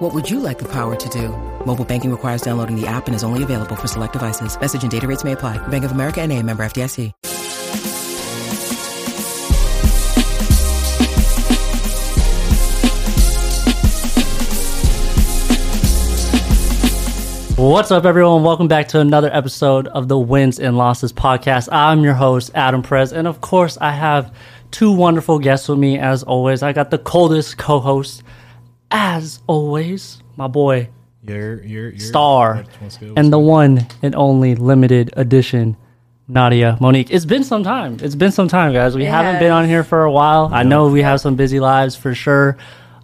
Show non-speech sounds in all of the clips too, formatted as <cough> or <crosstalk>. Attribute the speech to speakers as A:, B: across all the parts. A: What would you like the power to do? Mobile banking requires downloading the app and is only available for select devices. Message and data rates may apply. Bank of America and a member FDIC.
B: What's up, everyone? Welcome back to another episode of the Wins and Losses podcast. I'm your host, Adam Perez, and of course, I have two wonderful guests with me. As always, I got the coldest co-host, as always, my boy
C: Your your, your
B: Star,
C: that's what's good.
B: and the one and only limited edition. Nadia, Monique, it's been some time. It's been some time, guys. We haven't been on here for a while. I know we have some busy lives for sure.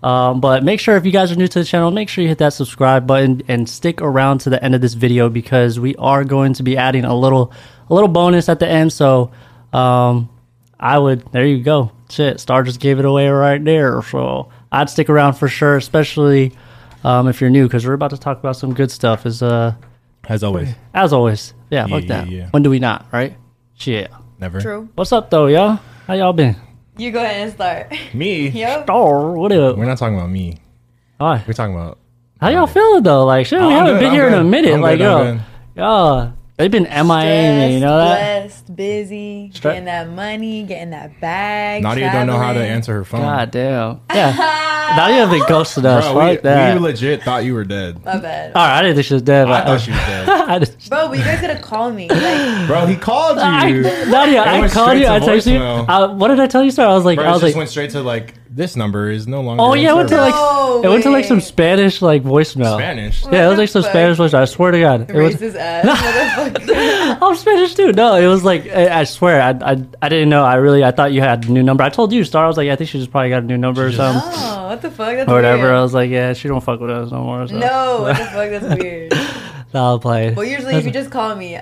B: Um, but make sure if you guys are new to the channel, make sure you hit that subscribe button and stick around to the end of this video because we are going to be adding a little a little bonus at the end. So um, I would there you go. Shit, Star just gave it away right there. So I'd stick around for sure, especially um, if you're new because we're about to talk about some good stuff. Is uh
C: as always
B: as always, yeah,
C: Yeah,
B: fuck
C: yeah,
B: that.
C: yeah.
B: When do we not, right? Shit.
C: never
D: True.
B: What's up though, y'all? How y'all been?
D: You go ahead and start. <laughs>
C: me.
D: Yep.
B: Oh, what up?
C: We're not talking about me.
B: Hi.
C: We're talking about
B: How y'all feeling though? Like, shit, we
C: I'm
B: haven't
C: good,
B: been
C: I'm
B: here in a
C: good.
B: minute.
C: I'm
B: like,
C: good, I'm
B: yo, yo, they've been MIA,
D: Stressed,
B: me, you know that?
D: Blessed, busy,
B: Stre-
D: getting that money, getting that bag.
C: Nadia. Don't know how to
D: traveling.
C: answer her phone.
B: God damn. Yeah. now you haven't ghosted us.
C: Bro,
B: Fuck
C: we,
B: that.
C: we legit thought you were
D: <laughs>
C: dead.
D: My bad.
B: All right, I didn't think she was dead.
C: I
B: But <laughs>
C: thought she was dead.
B: I just,
D: Bro, but you guys gotta call me. Like,
C: Bro, he called
B: I,
C: you.
B: Nadia, I
C: went
B: called
C: straight
B: you.
C: to
B: I texted you.
C: voicemail.
B: I, what did I tell you, sir? I was like,
C: Bro,
B: I
C: it
B: was
C: just
B: like,
C: went straight to like this number is no longer.
B: oh
C: in
B: yeah, it went to
C: service.
B: like,
D: No
B: it went to like some
D: way.
B: Spanish like voicemail.
C: Spanish.
B: Yeah, it was
D: the
B: like some
D: fuck?
B: Spanish voicemail. I swear to God, <laughs> it was.
D: racist ass motherfucker.
B: <laughs> I'm Spanish too. No, it was like I, I swear, I, I I didn't know. I really I thought you had a new number. I told you, Star. I was like, I think she just probably got a new number or something
D: Oh, what the fuck? That's
B: or whatever. I
D: Weird.
B: was like, yeah, she don't fuck with us no more. So.
D: No, what the fuck?
B: <laughs>
D: That's weird.
B: I'll play.
D: Well, usually if you just call me,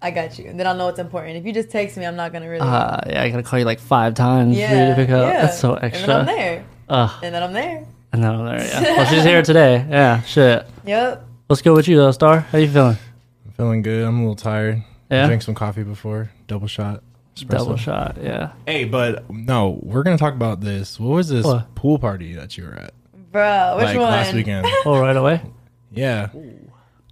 D: I got you. Then I'll know it's important. If you just text me, I'm not gonna really.
B: uh, yeah, I gotta call you like five times for you
D: yeah,
B: to pick up.
D: yeah.
B: That's so
D: And then I'm
B: extra.
D: there.
B: Ugh.
D: And then I'm there.
B: And then I'm there. Yeah.
D: <laughs>
B: Well, she's here today. Yeah. Shit.
D: Yep.
B: Let's go with you though, Star. How you feeling?
C: I'm feeling good. I'm a little tired.
B: Yeah?
C: I drank some coffee before. Double shot. espresso.
B: Double shot. Yeah.
C: Hey, but no, we're gonna talk about this. What was this
B: What?
C: pool party that you were at?
D: Bro, which
C: like
D: one?
C: last
D: <laughs>
C: weekend.
B: Oh, right away.
C: Yeah.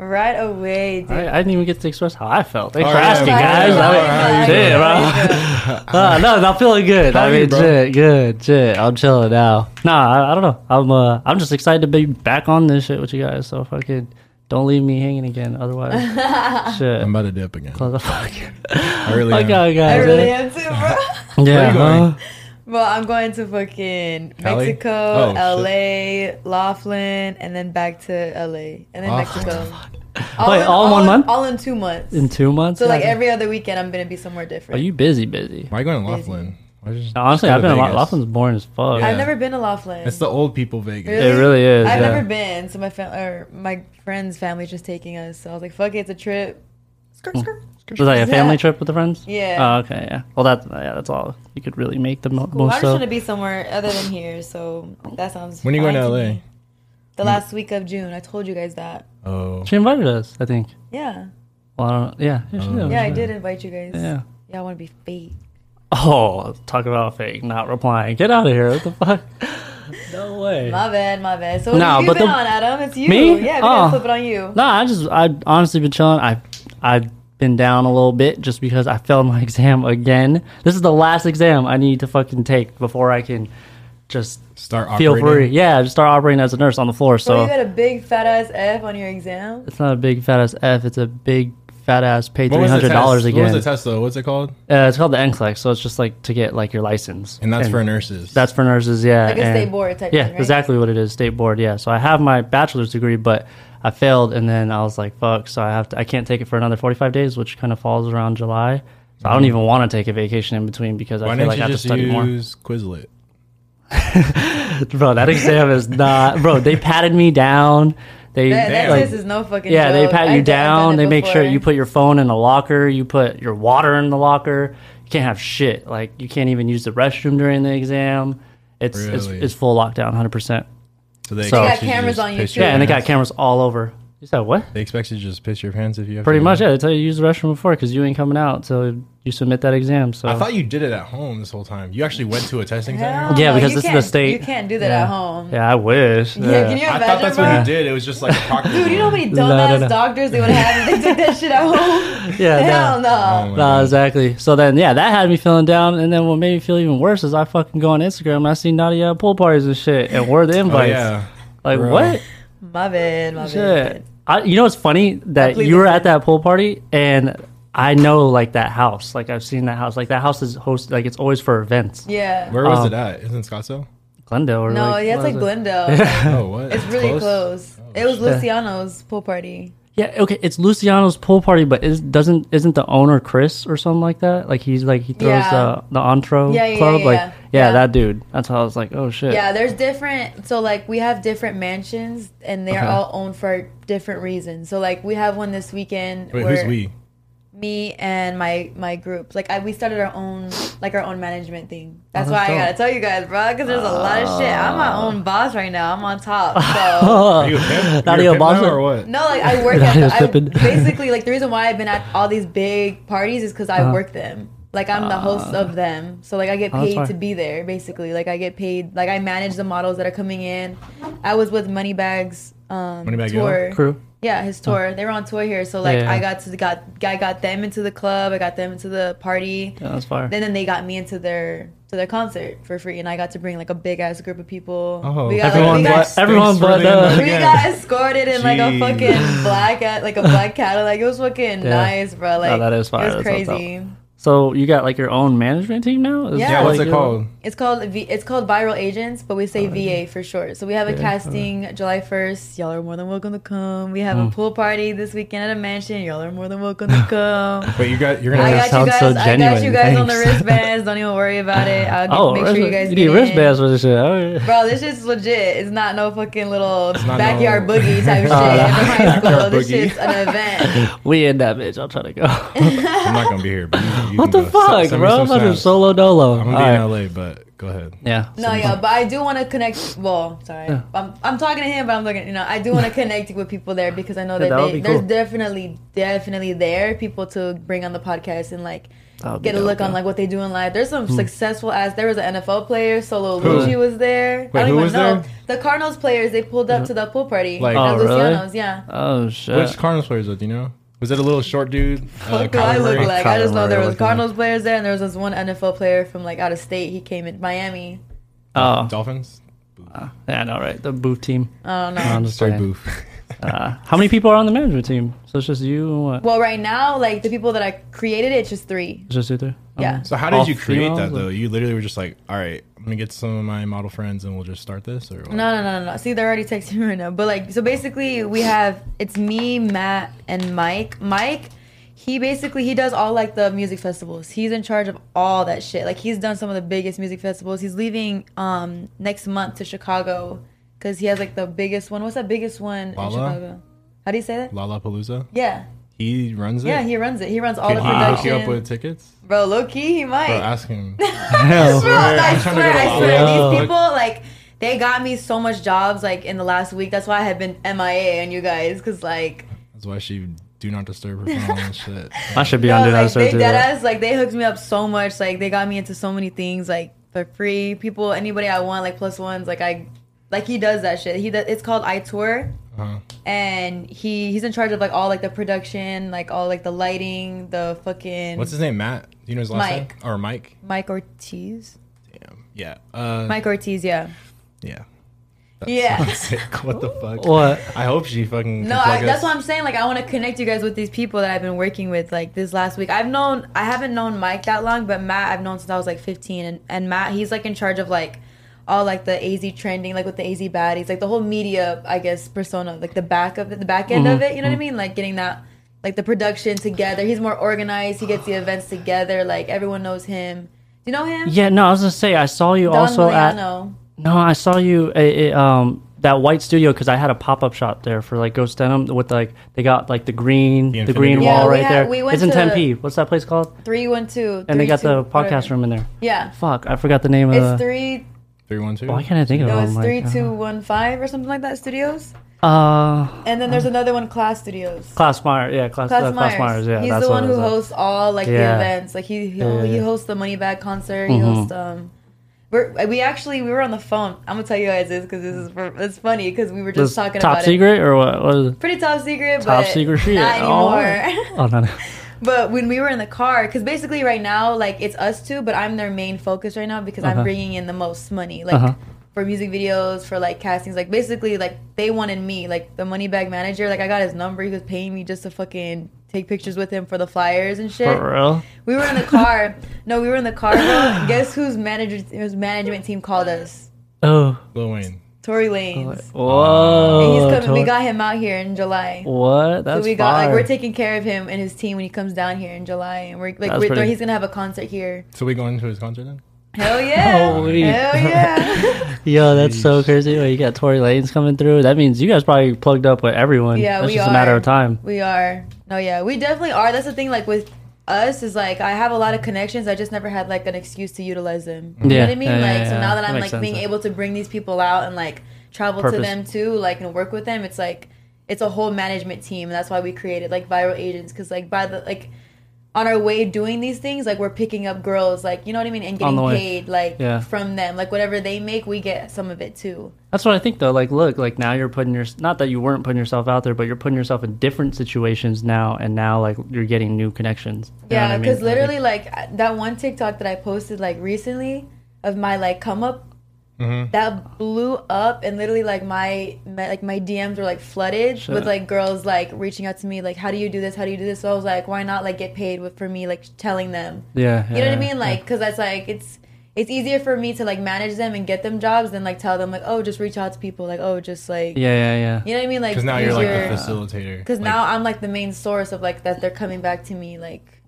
D: Right away, dude.
B: I, I didn't even get to express how I felt. Thanks
C: Oh,
B: for
C: yeah,
B: asking,
C: yeah,
B: guys.
C: yeah,
B: I mean,
C: yeah,
B: shit,
C: yeah.
B: bro. Uh, no, no, I'm feeling good.
C: How
B: I
C: are you,
B: mean,
C: bro?
B: shit, good, shit. I'm chilling now. Nah, I, I don't know. I'm uh, I'm just excited to be back on this shit with you guys. So fucking don't leave me hanging again.
D: <laughs>
B: Otherwise, shit. <laughs>
C: I'm about to dip again.
B: What the fuck?
C: I really
B: Fuck
C: am.
B: out,
D: I
B: guys.
D: really
B: eh?
D: am
B: <laughs>
D: too, bro.
B: yeah.
C: Where you
B: huh?
C: going?
D: Well, I'm going to fucking
C: Cali?
D: Mexico,
C: Oh, shit.
D: LA, Laughlin, and then back to LA, and then
C: Oh,
D: Mexico.
B: <laughs> Wait, all in one
D: in,
B: month?
D: All in two months.
B: In two months.
D: so like
B: Yeah.
D: every other weekend, I'm gonna be somewhere
B: Are
D: different.
B: you busy? Busy.
C: Why are you going to Laughlin? Why just-
B: Honestly,
C: just
B: I've
C: go
B: been
C: to
B: a lot.
C: Vegas?
B: Laughlin's boring as fuck.
C: Yeah.
D: I've never been to Laughlin.
C: It's the old people Vegas.
B: It really is.
D: I've
B: yeah.
D: never been, so my fam- or my friend's family's just taking us. So I was like, "Fuck it, it's a trip." Skirt, skirt.
B: Was that like a
D: Yeah.
B: family trip with the friends?
D: Yeah.
B: Oh, okay. Yeah. Well, that yeah, that's all you could really make the mo-
D: Well,
B: most
D: I just want to
B: of.
D: be somewhere other than here, so that sounds.
C: When are you going
D: fine
C: to LA?
D: me. The last week of June. I told you guys that.
C: Oh,
B: She invited us, I think.
D: Yeah,
B: Well, I don't, yeah. Yeah, she
C: Oh.
B: did.
D: yeah, I did invite you guys.
B: Yeah.
D: Yeah, I want to be fake.
B: Oh, talk about fake, not replying. Get out of here. What the fuck? no way.
D: My bad, my bad. So what
B: Nah,
D: have you
B: but
D: been
B: the-
D: on, Adam? It's you.
B: Me?
D: Yeah, we're
B: Oh.
D: gonna flip it on you.
B: No, I just, I honestly been chilling. I, I've been down a little bit just because I failed my <laughs> exam again. This is the last exam I need to fucking take before I can just
C: start
B: feel free.
C: operating.
B: Yeah, just start operating as a nurse on the floor.
D: So
B: So
D: you got a big fat ass F on your exam.
B: it's not a big fat ass F. It's a big fat ass pay
C: What
B: three
C: was the
B: hundred dollars
C: test? What was
B: again.
C: the test though? What's it called?
B: uh, it's called the NCLEX, so it's just like to get like your license.
C: And that's for nurses.
B: That's for nurses, yeah.
D: Like a
B: and-
D: state board type
B: Yeah,
D: thing, right?
B: exactly what it is, state board. Yeah. So I have my bachelor's degree, but I failed, and then I was like, "Fuck!" So I have to. I can't take it for another forty-five days, which kind of falls around July. So I don't even want to take a vacation in between because
C: Mm-hmm. Why
B: I feel
C: didn't
B: like I
C: you
B: have to
C: just
B: study <laughs> more.
C: use Quizlet?
B: Bro, that exam is not. Bro, they patted me down. They
D: That, that
B: like-
D: kiss is no fucking
B: yeah, they
D: joke.
B: pat
D: I've
B: you
D: done- I've
B: down.
D: done
B: They
D: it
B: make sure
D: before.
B: you put your phone in the locker. You put your water in the locker. You can't have shit. Like you can't even use the restroom during the exam. It's it's,
C: Really?
B: it's full lockdown, hundred percent.
C: So they,
B: So- They
D: got
C: expect you to
D: cameras
C: just
D: on you
C: piss
D: too.
B: Yeah,
D: Yeah,
C: your
B: and they got
C: pants?
B: cameras all over. You said what?
C: They expect you to just piss your pants if you have
B: Pretty
C: to.
B: much, yeah. They tell you to use the restroom before because you ain't coming out, so you submit that exam. So
C: I thought you did it at home this whole time. You actually went to a testing
D: Hell
C: center.
B: Yeah,
D: no,
B: because
D: you
B: this is the
D: can't-
B: state.
D: You can't do that
B: Yeah.
D: at home.
B: yeah, I wish.
D: Yeah, can
C: I
D: you imagine,
C: thought that's
D: bro?
C: what you did. It was just
D: <laughs>
C: like a practice.
D: Dude, you know how
B: <laughs>
D: many
B: No, no,
D: dumbass
B: no.
D: doctors they would have if they did that shit
B: <laughs>
D: at home?
B: Yeah,
D: <laughs>
B: no.
D: Hell
C: Oh my
D: no.
B: No,
C: God.
B: exactly. So then, yeah, that had me feeling down. And then what made me feel even worse is I fucking go on Instagram and I see Nadia at pool parties and shit, and where are the
C: Oh,
B: invites?
C: yeah.
B: Like
C: Bro.
B: what?
D: My bad, my bad.
B: Shit. I, you know what's funny that
D: Completely
B: you were at
D: different.
B: that pool party and I know like that house. Like I've seen that house. Like that house is host. Like it's always for events.
D: Yeah.
C: Where was
B: Um,
C: it at? Isn't it
B: <laughs>
C: Scottsdale?
B: Glendale or
D: no, yeah, it's
B: what
D: like
B: is it? <laughs>
D: Glendale.
C: Oh, what?
D: It's really close. it was
C: Oh, shit.
D: Luciano's pool party.
B: Yeah, okay, it's Luciano's pool party, but is doesn't isn't the owner Chris or something like that? Like he's like he throws
D: Yeah.
B: the the entree
D: Yeah, yeah,
B: club.
D: yeah,
B: like
D: yeah.
B: yeah,
D: Yeah.
B: that dude. That's how I was like, oh shit.
D: <laughs> Yeah, there's different. So like we have different mansions, and they're
B: Okay.
D: all owned for different reasons. So like we have one this weekend.
C: Wait,
D: where
C: who's we?
D: Me and my my group. Like I, we started our own like our own management thing. That's
B: Oh,
D: why
B: that's
D: I
B: dope.
D: gotta tell you guys, bro, because there's a lot of shit. I'm my own boss right now. I'm on top.
B: Uh,
D: So. <laughs>
C: Are you
B: <laughs>
C: a pimp?
B: Not
C: You're
B: even
C: a pimp now
B: Boston.
C: or what?
D: No, like
B: <laughs>
D: I work
B: That
D: at
B: is
D: the, I,
B: flippin'.
D: basically like the reason why I've been at all these big parties is because I work them. Like I'm the host of them, so like I get
B: Uh-huh. Uh. Oh, that's
D: paid
B: fine.
D: to be there. Basically, like I get paid. Like I manage the models that are coming in. I was with Moneybags um,
C: Moneybag Yo?
D: tour.
B: crew. Oh.
D: Yeah, his tour. They were on tour here, so like
B: Yeah, yeah.
D: I got to got I got them into the club. I got them into the party.
B: Yeah, that's fire.
D: Then then they got me into their to their concert for free, and I got to bring like a big ass group of people.
C: Oh,
D: we got,
B: Everyone
D: like, we got
B: but- everyone but, uh,
D: we got escorted in like a
C: Jeez.
D: fucking black uh,
B: <laughs>
D: like a black Cadillac. It was fucking
B: Yeah.
D: nice, bro. Like
B: that is fire.
D: It was
B: That's what's
D: crazy.
B: So you got like your own management team now? Is
D: Yeah.
C: Yeah, what's
B: like,
C: it called?
D: It's called v- it's called Viral Agents, but we say VA for short. So we have a casting July first. Y'all are more than welcome to come. We
B: Hmm.
D: have a pool party this weekend at a mansion. Y'all are more than welcome
B: <laughs>
D: to come.
C: Wait, you got, you're going
D: I
B: That
C: to
D: got you
B: sounds
D: guys.
B: so
D: I got you
B: genuine.
D: guys on the
B: Thanks.
D: wristbands. Don't even worry about
B: <laughs>
D: it. I'll get,
B: Oh,
D: make sure you guys
B: you
D: get
B: need
D: in.
B: wristbands for this shit. All right.
D: Bro, this shit's legit. It's not no fucking little
C: not
D: backyard
C: no-
D: boogie
B: <laughs>
D: type shit from high school. This shit's an event.
B: We in that bitch. I'm trying to
D: <laughs>
B: go.
C: I'm not going to be here. But you, you
B: what
C: can
B: the
C: go. S-
B: fuck,
C: send me
B: bro? I'm
C: some
B: about to
C: snaps.
B: solo dolo.
C: I'm
B: All right.
C: going to be in LA, but go ahead.
B: Yeah.
D: No, yeah, but I do want to connect. Well, sorry,
B: Yeah.
D: I'm, I'm talking to him, but I'm looking. You know, I do
B: <laughs>
D: want to connect with people there because I know
B: Yeah,
D: that,
B: that would
D: they,
B: be
D: there's
B: cool.
D: definitely, definitely there people to bring on the podcast and like
B: That would be
D: get a look
B: dope, yeah.
D: on
B: Hmm.
D: like what they do in life. There's some successful ass. There was an NFL player, Solo Lucci was there.
C: Wait,
D: I don't
C: who
D: even
C: was
D: know
C: there?
D: the Cardinals players. They pulled up to the pool party.
C: Like-
D: at
B: Oh, really?
D: Luciano's, yeah.
B: Oh shit.
C: Which Cardinals players was it, you know? Was it a little short dude? uh,
B: Uh,
D: What do I look like? I just know there was
C: Cardinals.
D: Cardinals players there, and there was this one NFL player from like out of state. He came in Miami.
B: oh,
C: Dolphins?
B: yeah, I know, right? The booth
C: <laughs>
B: team. <laughs>
D: I don't know.
B: I'm just
C: Sorry,
B: playing.
C: boof.
B: Uh, how many people are on the management team? So it's just you and what?
D: Well, right now, like the people that I created, it's just three.
B: It's just you two.
D: Yeah.
C: <laughs> So how did
B: All
C: you create
B: females,
C: that
B: or-
C: though? You literally were just like, all right, I'm gonna get some of my model friends and we'll just start this, or what?
D: No, no, no, no, no. See, they're already texting me right now. But like, so basically, we have it's me, Matt, and Mike. Mike, he basically he does all like the music festivals. He's in charge of all that shit. Like, he's done some of the biggest music festivals. He's leaving um next month to Chicago because he has like the biggest one. What's that biggest one
C: Lala?
D: in Chicago? How do you say that?
C: Lollapalooza?
D: Yeah,
C: He runs it.
D: yeah, he runs it. He runs all
C: Can
D: the
C: he hook
D: production.
C: you up with tickets?
D: Bro, low key, he might.
C: Bro, ask
D: <laughs>
C: him.
B: Oh,
D: Bro, I
C: I'm trying to go
D: swear,
C: to
D: I
C: Lala.
D: swear,
B: Yeah.
D: these people like they got me so much jobs like in the last week. That's why I have been MIA on you guys because like,
C: That's why she do not disturb her phone and shit.
B: I should be
D: bro,
B: on
D: like
B: that
D: they
B: too.
D: dead ass like they hooked me up so much. Like they got me into so many things like for free. People, anybody I want like plus ones like I like he does that shit. He does, it's called I tour.
C: Uh-huh.
D: And he he's in charge of like all like the production, like all like the lighting, the fucking
C: What's his name? Matt? Do you know his last
D: Mike.
C: name? Or Mike?
D: Mike Ortiz.
C: Damn. Yeah. Uh,
D: Mike Ortiz, yeah,
C: Yeah.
D: yeah.
C: Sick. <laughs>
D: <laughs>
C: What the fuck?
B: What?
C: I hope she fucking.
D: No, I, that's what I'm saying. Like, I want to connect you guys with these people that I've been working with, like, this last week. I've known, I haven't known Mike that long, but Matt, I've known since I was like 15. And, and Matt, he's like in charge of, like, all like the AZ trending, like with the AZ baddies, like the whole media, I guess, persona, like the back of it, the back end of
B: Mm-hmm.
D: it. You know what I mean? Like, getting that, like, the production together. He's more organized. He gets the events together. Like, everyone knows him. Do you know him?
B: Yeah, no, I was gonna say I saw you
D: Don
B: also at
D: Miliano.
B: No, I saw you. It, it, um, that white studio because I had a pop up shop there for like Ghost Denim with like they got like the green
C: The
B: the, green
C: infinity
B: wall
D: wall. Yeah, we
B: right
D: had-
B: there.
D: we went
B: it's in
D: to-
B: 10P. What's that place called?
D: Three one two.
B: And they got the podcast uh, room in there.
D: Yeah,
B: Fuck, I forgot the name of
D: it's
B: the.
D: three.
C: Three one two.
B: Why can't I think of
D: No,
B: it?
D: it's
B: I'm like,
D: three
B: uh,
D: two one five or something like that. Studios.
B: Uh,
D: And then there's another one, Class Studios.
B: Klaus Meyer, yeah, Klaus,
D: Class
B: uh,
D: Myers.
B: Klaus Myers, yeah.
D: He's
B: that's
D: the
B: what
D: one
B: it was,
D: who
B: uh,
D: hosts all like
B: Yeah.
D: the events. Like he he,
B: Yeah, yeah,
D: he
B: yeah. Mm-hmm.
D: hosts the Moneybag concert. He hosts um. We're, we actually we were on the phone. I'm gonna tell you guys this because this is for, it's funny because we were
B: this
D: just talking
B: top
D: about it.
B: secret or what? what is it?
D: Pretty top secret.
B: Top
D: but
B: secret shit.
D: Not
B: Oh,
D: anymore. <laughs>
B: Oh no, no.
D: But when we were in the car, because basically right now, like it's us two, but I'm their main focus right now because
B: Uh-huh.
D: I'm bringing in the most money, like
B: Uh-huh.
D: for music videos, for like castings, like basically like they wanted me, like the money bag manager, like I got his number, he was paying me just to fucking take pictures with him for the flyers and shit.
B: For real?
D: We were in
B: <laughs>
D: the car. no, we were in the car. bro. Guess whose manager, whose management team called us?
B: Oh.
C: Lil Wayne.
D: Tory Lanez.
B: Whoa.
D: and he's coming. We
B: Tor-
D: got him out here in July.
B: What?
D: So
B: That's
D: we got like
B: fire.
D: we're taking care of him and his team when he comes down here in July, and we're like
B: That's
D: we're,
B: pretty-
D: he's gonna have a concert here.
C: So we going to his concert then?
D: Hell yeah!
B: Holy-
D: Hell yeah!
B: Yo, that's so
C: Jeez.
B: crazy. Well, you got Tory Lanez coming through. That means you guys probably plugged up with everyone.
D: Yeah,
B: that's
D: we
B: just a matter
D: are.
B: of time.
D: we are. No, yeah, we definitely are. That's the thing. Like with us is like I have a lot of connections. I just never had like an excuse to utilize them. You
B: Yeah,
D: know what I mean?
B: yeah, yeah,
D: like so
B: yeah.
D: now that,
B: That
D: I'm
B: makes
D: like being
B: sense.
D: able to bring these people out and like travel to
B: Purpose.
D: them too, like and work with them. It's like it's a whole management team. That's why we created like viral agents because like by the like on our way doing these things, like we're picking up girls, like you know what I mean, and
B: On
D: getting
B: the way.
D: paid like
B: Yeah.
D: from them, like whatever they make, we get some of it too.
B: That's what I think though. Like, look, like now you're putting your not that you weren't putting yourself out there, but you're putting yourself in different situations now, and now like you're getting new connections. You know what
D: Yeah,
B: I mean?
D: because
B: I think-
D: literally, like I- that one TikTok that I posted like recently of my like come up,
B: Mm-hmm.
D: that blew up, and literally like my, my like my DMs were like flooded with like girls like reaching out to me like how do you do this? How do you do this? So I was like, why not like get paid with for me like telling them?
B: yeah,
D: You know what I
B: yeah,
D: mean? Like because that's like it's it's easier for me to like manage them and get them jobs than like tell them like oh just reach out to people like oh just like
B: yeah, yeah, yeah.
D: you know what I mean like
C: Because now you're like
D: easier-
C: the facilitator.
D: Cause now I'm like the main source of like that they're coming back to me like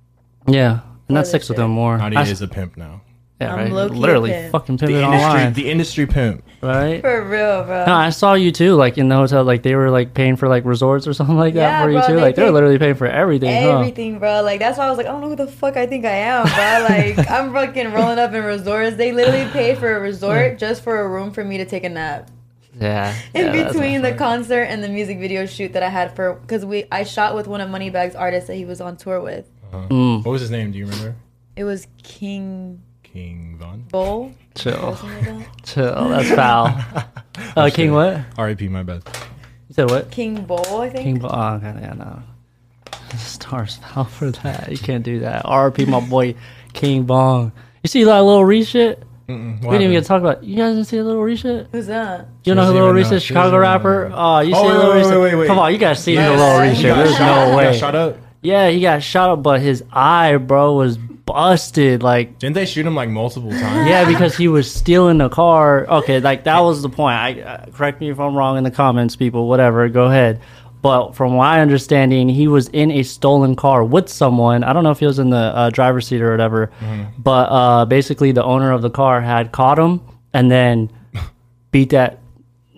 B: Yeah, and that
D: this
B: sticks with
D: shit.
B: them more.
C: Nadia
B: I-
C: is a pimp now.
B: yeah,
D: I'm
B: right?
D: low-key a
B: literally
D: pimp.
B: fucking
C: The
B: pimping
C: industry,
B: online,
C: the industry pimp.
B: right?
D: for real bro.
B: No, I saw you too, like in the hotel, like they were like paying for like resorts or <laughs> something like that
D: Yeah,
B: for you
D: bro,
B: too.
D: they
B: Like they were
D: paid-
B: literally paying for everything, huh?
D: Everything, bro. Like that's why I was like, I don't know who the fuck I think I am, bro.
B: <laughs>
D: Like I'm fucking rolling up in resorts. They literally paid for a resort just for a room for me to take a nap
B: Yeah.
D: in
B: yeah, that's-
D: between the concert and the music video shoot that I had for because we I shot with one of Moneybag's artists that he was on tour with.
C: What was his name? Do you remember?
D: It was King
C: King Von.
D: Bull.
B: Chill, <sighs>
D: something like that.
B: chill. <laughs> That's
C: <laughs>
B: foul. uh, King, what?
C: R.I.P. My bad.
B: You said what?
D: King Bull, I think.
B: King Bo- Oh, okay, yeah, no. <laughs> Stars foul for that. You can't do that. RP my boy King Bong. You see that little Reese shit?
C: What
B: We didn't even get
C: happened?
B: to talk about. You guys didn't see little Reese shit?
D: Who's that?
B: You know who
C: doesn't
B: little
C: even
B: Reese
C: know.
B: is?
C: She doesn't
B: Chicago
C: even
B: rapper.
C: know.
B: Oh, you
C: Oh,
B: see
C: wait,
B: little
C: wait,
B: Reese?
C: wait, wait, wait.
B: Come on, you guys see
C: Yes.
B: the little
D: He
B: Reese shit.
D: got
B: There's
C: shot,
B: no
C: He got
B: way.
C: shot up.
B: Yeah, he got shot up, but his eye, bro, was busted. Like
C: Didn't they shoot him like
D: <laughs>
C: multiple times? <laughs>
B: yeah, because he was stealing the car. Okay, like that was the point. I uh, correct me if I'm wrong in the comments, people. Whatever, go ahead. But from my understanding, he was in a stolen car with someone. I don't know if he was in the uh, driver's seat or whatever.
C: Mm-hmm.
B: But uh, basically, the owner of the car had caught him and
C: <laughs>
B: then beat that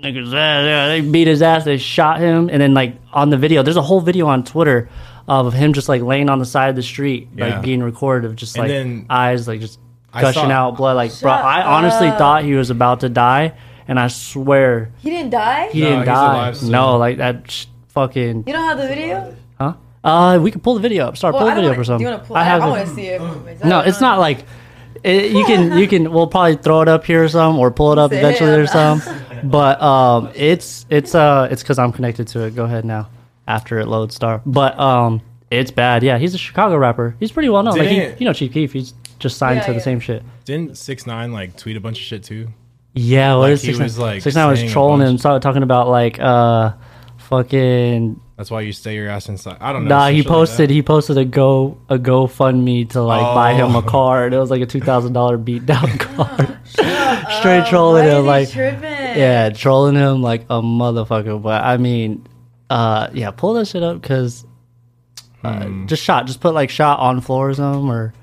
B: nigga's ass. Yeah, they beat his ass. They shot him, and then like on the video, there's a whole video on Twitter of him just like laying on the side of the street,
C: Yeah.
B: like being recorded, of just
C: And
B: like
C: then-
B: eyes like just
C: I
B: gushing
C: saw-
B: out blood. Like, bro, I honestly thought he was about to die, and I swear
D: He didn't die.
B: he
C: No,
B: didn't
C: he's
B: die.
C: alive still.
B: No, like that sh- fucking
D: you don't have the video?
B: huh? Uh, we can pull the video up. Start
D: Well,
B: pull
D: I
B: the video
D: don't wanna,
B: up or something.
D: Do you want to pull? I,
B: have
D: I
B: the-
D: want to see it.
B: no, it's not like it, you can you can we'll probably throw it up here or some or pull it up
D: Damn.
B: eventually or
D: <laughs>
B: some. But um it's it's uh it's cuz I'm connected to it. Go ahead now after it loads star. But um it's bad. Yeah, he's a Chicago rapper. He's pretty well known. Like he,
C: Didn't-
B: you know Chief Keef, he's just signed
D: Yeah,
B: to the
D: yeah.
B: same shit.
C: Didn't six nine like tweet a bunch of shit too?
B: Yeah, what
C: Like,
B: is
C: he
B: six
C: was, like,
B: six nine was
C: saying a
B: trolling
C: bunch.
B: him, started talking about like uh fucking
C: That's why you stay your ass inside. I don't know.
B: Nah,
C: some
B: he
C: shit like
B: posted.
C: that.
B: he posted a go a GoFundMe to like buy him
C: Oh.
B: a car, and it was like a two thousand dollar beat down car. Straight trolling him, like yeah, trolling him like a motherfucker. But I mean, uh, yeah, pull that shit up because uh,
C: Hmm.
B: just shot, just put like shot on floor or something, or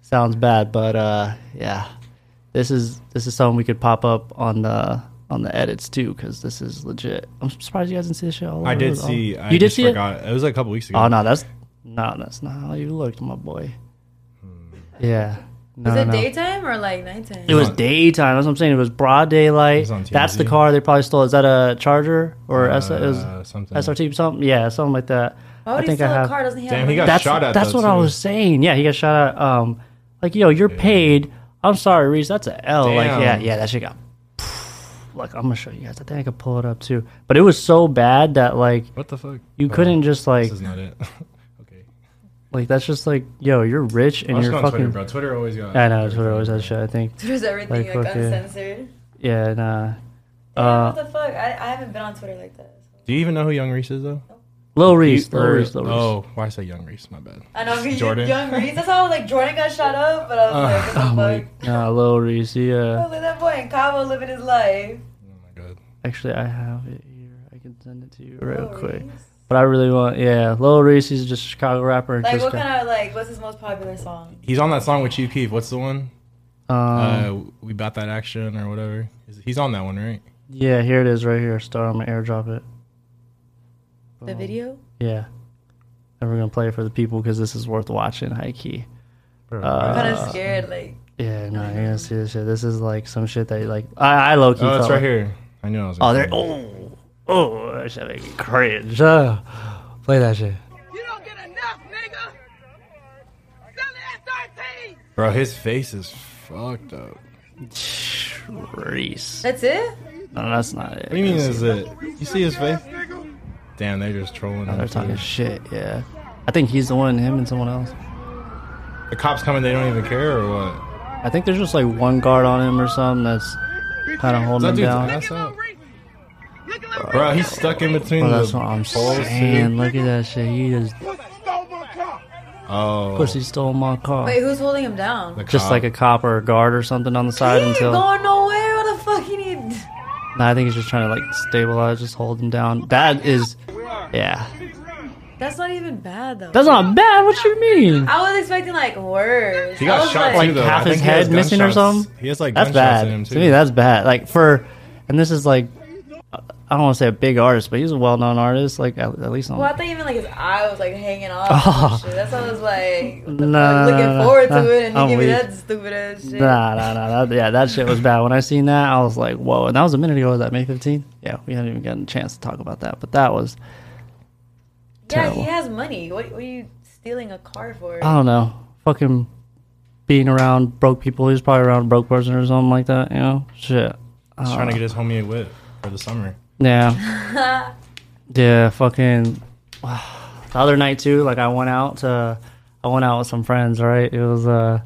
B: sounds bad, but uh, yeah, this is this is something we could pop up on the on the edits too, because this is legit. I'm surprised you guys didn't see this shit. All
C: I
B: over
C: did
B: it all.
C: see. I
B: you did
C: just
B: see it.
C: forgot. It? was like a couple weeks ago.
B: Oh no, that's no, that's not how you looked, my boy.
C: Hmm.
B: Yeah. No,
D: Was
B: no,
D: it
B: no.
D: daytime or like nighttime?
B: It was
C: on-
B: daytime. That's what I'm saying. It was broad daylight.
C: was on
B: That's the
C: TMZ.
B: car they probably stole. Is that a Charger or S- it was
C: Uh, something.
B: SRT something? Yeah, something like that. I
D: Why would Oh, he
B: think
D: steal
B: I
D: a
B: have.
D: car? Doesn't he have?
C: Damn,
D: money?
B: <laughs>
C: he got
B: that's
C: shot at.
B: that's
C: though,
B: what I
C: too.
B: was saying. Yeah, he got shot at. Um, like yo, you're paid. I'm sorry, Reese. That's a L. Like
C: Damn.
B: yeah, yeah, that shit got. Like I'm gonna show you guys. I think I could pull it up too. But it was so bad that like
C: What the fuck?
B: you
C: Oh,
B: couldn't just like
C: This is not it. <laughs> okay.
B: like that's just like yo, you're rich and
C: I'll
B: you're
C: just go on Twitter,
B: fucking.
C: bro. Twitter always got.
B: I know Twitter always that shit. I think.
D: Twitter's everything
B: Like,
D: like,
B: okay.
D: uncensored.
B: Yeah, nah.
D: Damn,
B: Uh,
D: what the fuck? I, I haven't been on Twitter like that.
C: Do you even know who Young Reese is though?
B: Lil Reese, Lil
C: Or-
B: Reese, Lil Reese.
C: Oh, why I say Young Reese? My bad.
D: I know because
C: Jordan.
D: young Reese. That's how like Jordan got shot up, but I was like, what the
B: I'm
D: fuck? Oh,
B: like, nah, Lil Reese. Yeah,
D: Look at that boy in Cabo living his life.
C: Oh my god.
B: actually, I have it here. I can send it to you real
D: Lil
B: quick.
D: Reese.
B: But I really want, yeah, Lil Reese. He's just a Chicago rapper.
D: Like,
B: just
D: what
B: got-
D: kind of like, what's his most popular song?
C: He's on that song with Chief Keef. What's the one?
B: Um,
C: uh, we bought that action or whatever. Is- He's on that one, right?
B: yeah, here it is right here. Start. I'm gonna airdrop it.
D: The video?
B: Yeah, and we're gonna play it for the people because this is worth watching. High key.
D: I'm
B: Uh,
D: kind of scared. Like,
B: Yeah, no, you're gonna see this shit. This is like some shit that like I, I low key.
C: oh, it's
B: felt
C: right
B: like-
C: here. I knew I was.
B: Oh,
C: gonna
B: there.
C: say it.
B: Oh, oh, that shit make me cringe. Uh, play that shit.
E: You don't get enough, nigga. Sell it at 13.
C: Bro, his face is fucked up. What
B: Reese.
D: that's it?
B: No, that's not it.
C: do you mean? Is it? You see his face? Damn, they're just trolling. him,
B: They're
C: too.
B: talking shit. Yeah, I think he's the one. Him and someone else.
C: The cops coming. They don't even care or what?
B: I think there's just like one guard on him or something that's kind of holding
C: That
B: him down.
C: dude's ass
E: Look at
C: out.
E: Lil Reese. Look at Lil Reese.
C: Bro, he's stuck in between
B: Bro,
C: the
B: that's what I'm
C: poles, dude.
B: saying. Look at that shit. He just
E: Stole my car.
C: Oh,
B: pussy stole my car.
D: Wait, who's holding him down?
C: the
B: just
C: cop.
B: like a cop or a guard or something on the
D: He
B: side
D: ain't
B: until.
D: going nowhere. What the fuck? He need.
B: Nah, I think he's just trying to like stabilize, just hold him down. That is, yeah.
D: That's not even bad though.
B: That's not bad. What you mean?
D: I was expecting like worse.
C: He
D: I
C: got
D: was
C: shot
D: like,
C: too, though.
B: half
C: I think
B: his
C: he has
B: head missing or
C: gunshots.
B: something?
C: He has like
B: That's
C: gunshots
B: bad.
C: in him too.
B: To me, that's bad. Like for, and this is like, I don't want to say a big artist, but he's a well-known artist. Like at, at least on.
D: Well, I thought even like his eye was like hanging off.
B: Oh.
D: and shit. That's why I was like,
B: <laughs>
D: what the
B: Nah,
D: fuck? looking
B: nah,
D: forward
B: nah.
D: to it, and
B: Uh, I'm
D: you give me
B: weak.
D: that stupid ass shit.
B: Oh, Nah, nah, nah. That, yeah, that shit was bad. When I seen that, I was like, whoa. And that was a minute ago. Was that May 15th? Yeah, we hadn't even gotten a chance to talk about that. But that was,
D: yeah,
B: terrible.
D: he has money. What, what are you stealing a car for?
B: I don't know, fucking being around broke people. He was probably around a broke person or something like that, you know? Shit.
C: He's trying to get his homie a whip for the summer.
B: Yeah.
D: <laughs>
B: yeah, fucking. <sighs> The other night, too, like I went out to, I went out with some friends, right? It was, uh,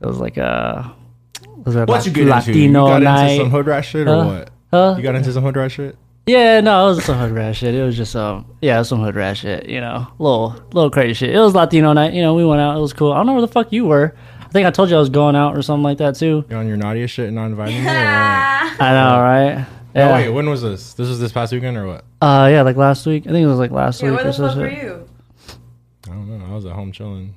B: it was like, uh, was it
C: What you get into? You
B: Latino
C: got
B: night?
C: into some hood rat shit or
B: Huh?
C: what?
B: Huh?
C: You got into some hood rat shit?
B: Yeah, no, it was some hood rat shit. It was just um, yeah, it was some hood rat shit. You know, little little crazy shit. It was Latino night. You know, we went out. It was cool. I don't know where the fuck you were. I think I told you I was going out or something like that too.
C: You on your naughtiest shit and not inviting me? Or what?
B: I know, right? Yeah.
C: Oh wait, when was this? This was this past weekend or what?
B: Uh, yeah, like last week. I think it was like last
D: Yeah,
B: week
D: where
B: or
D: the
B: some
D: fuck were
B: shit.
D: you?
C: I don't know. I was at home chilling.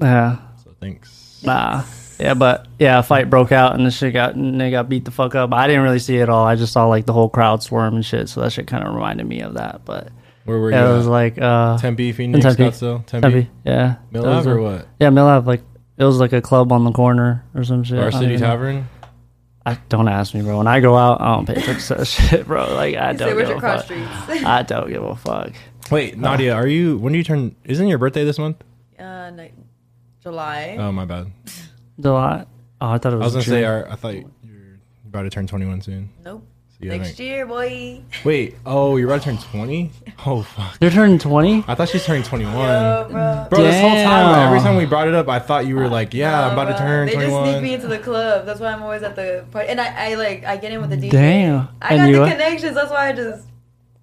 B: Yeah,
C: So thanks.
B: nah, yeah, but yeah, a fight broke out and the shit got and they got beat the fuck up. I didn't really see it all. I just saw like the whole crowd swarm and shit. So that shit kind of reminded me of that. But
C: Where were
B: yeah,
C: you?
B: it was
C: at?
B: like uh,
C: Tempe, Phoenix,
B: Tempe.
C: Scottsdale, Tempe,
B: Tempe. Yeah,
C: Mill
B: That was
C: Ave
B: a-
C: or what?
B: Yeah, Mill Ave, like it was like a club on the corner or some shit. I don't
C: Varsity
B: even know.
C: Tavern.
B: I don't ask me, bro. When I go out, I don't pay attention to that <laughs> shit, bro. Like I
D: Say,
B: don't
D: where's
B: give
D: your
B: a
D: cross
B: fuck.
C: <sighs>
D: streets?
B: I don't give a fuck. Uh,
C: Wait, Nadia, are you? When do you turn? Isn't your birthday this month?
D: uh, no, July.
C: Oh my bad.
B: July. Oh, I thought it was.
C: I was gonna
B: June.
C: say, uh, are, I thought you're about to turn 21 soon.
D: nope.
C: So you
D: Next
C: haven't-
D: year, boy.
C: Wait, oh, you're about to
B: <laughs>
C: turn 20? Oh fuck!
B: they're turning twenty.
C: I thought she's turning 21.
D: Oh, bro.
C: Bro, this whole time,
B: Damn.
C: every time we brought it up, I thought you were like, "Yeah, I'm about to
D: Bruh,
C: turn
D: Uh, They just sneak me
C: 21."
D: into the club. That's why I'm always at the party. And I, I like, I get in with the DJ.
B: Damn.
D: I
B: And
D: got
B: you
D: the
B: what?
D: connections. That's why I just,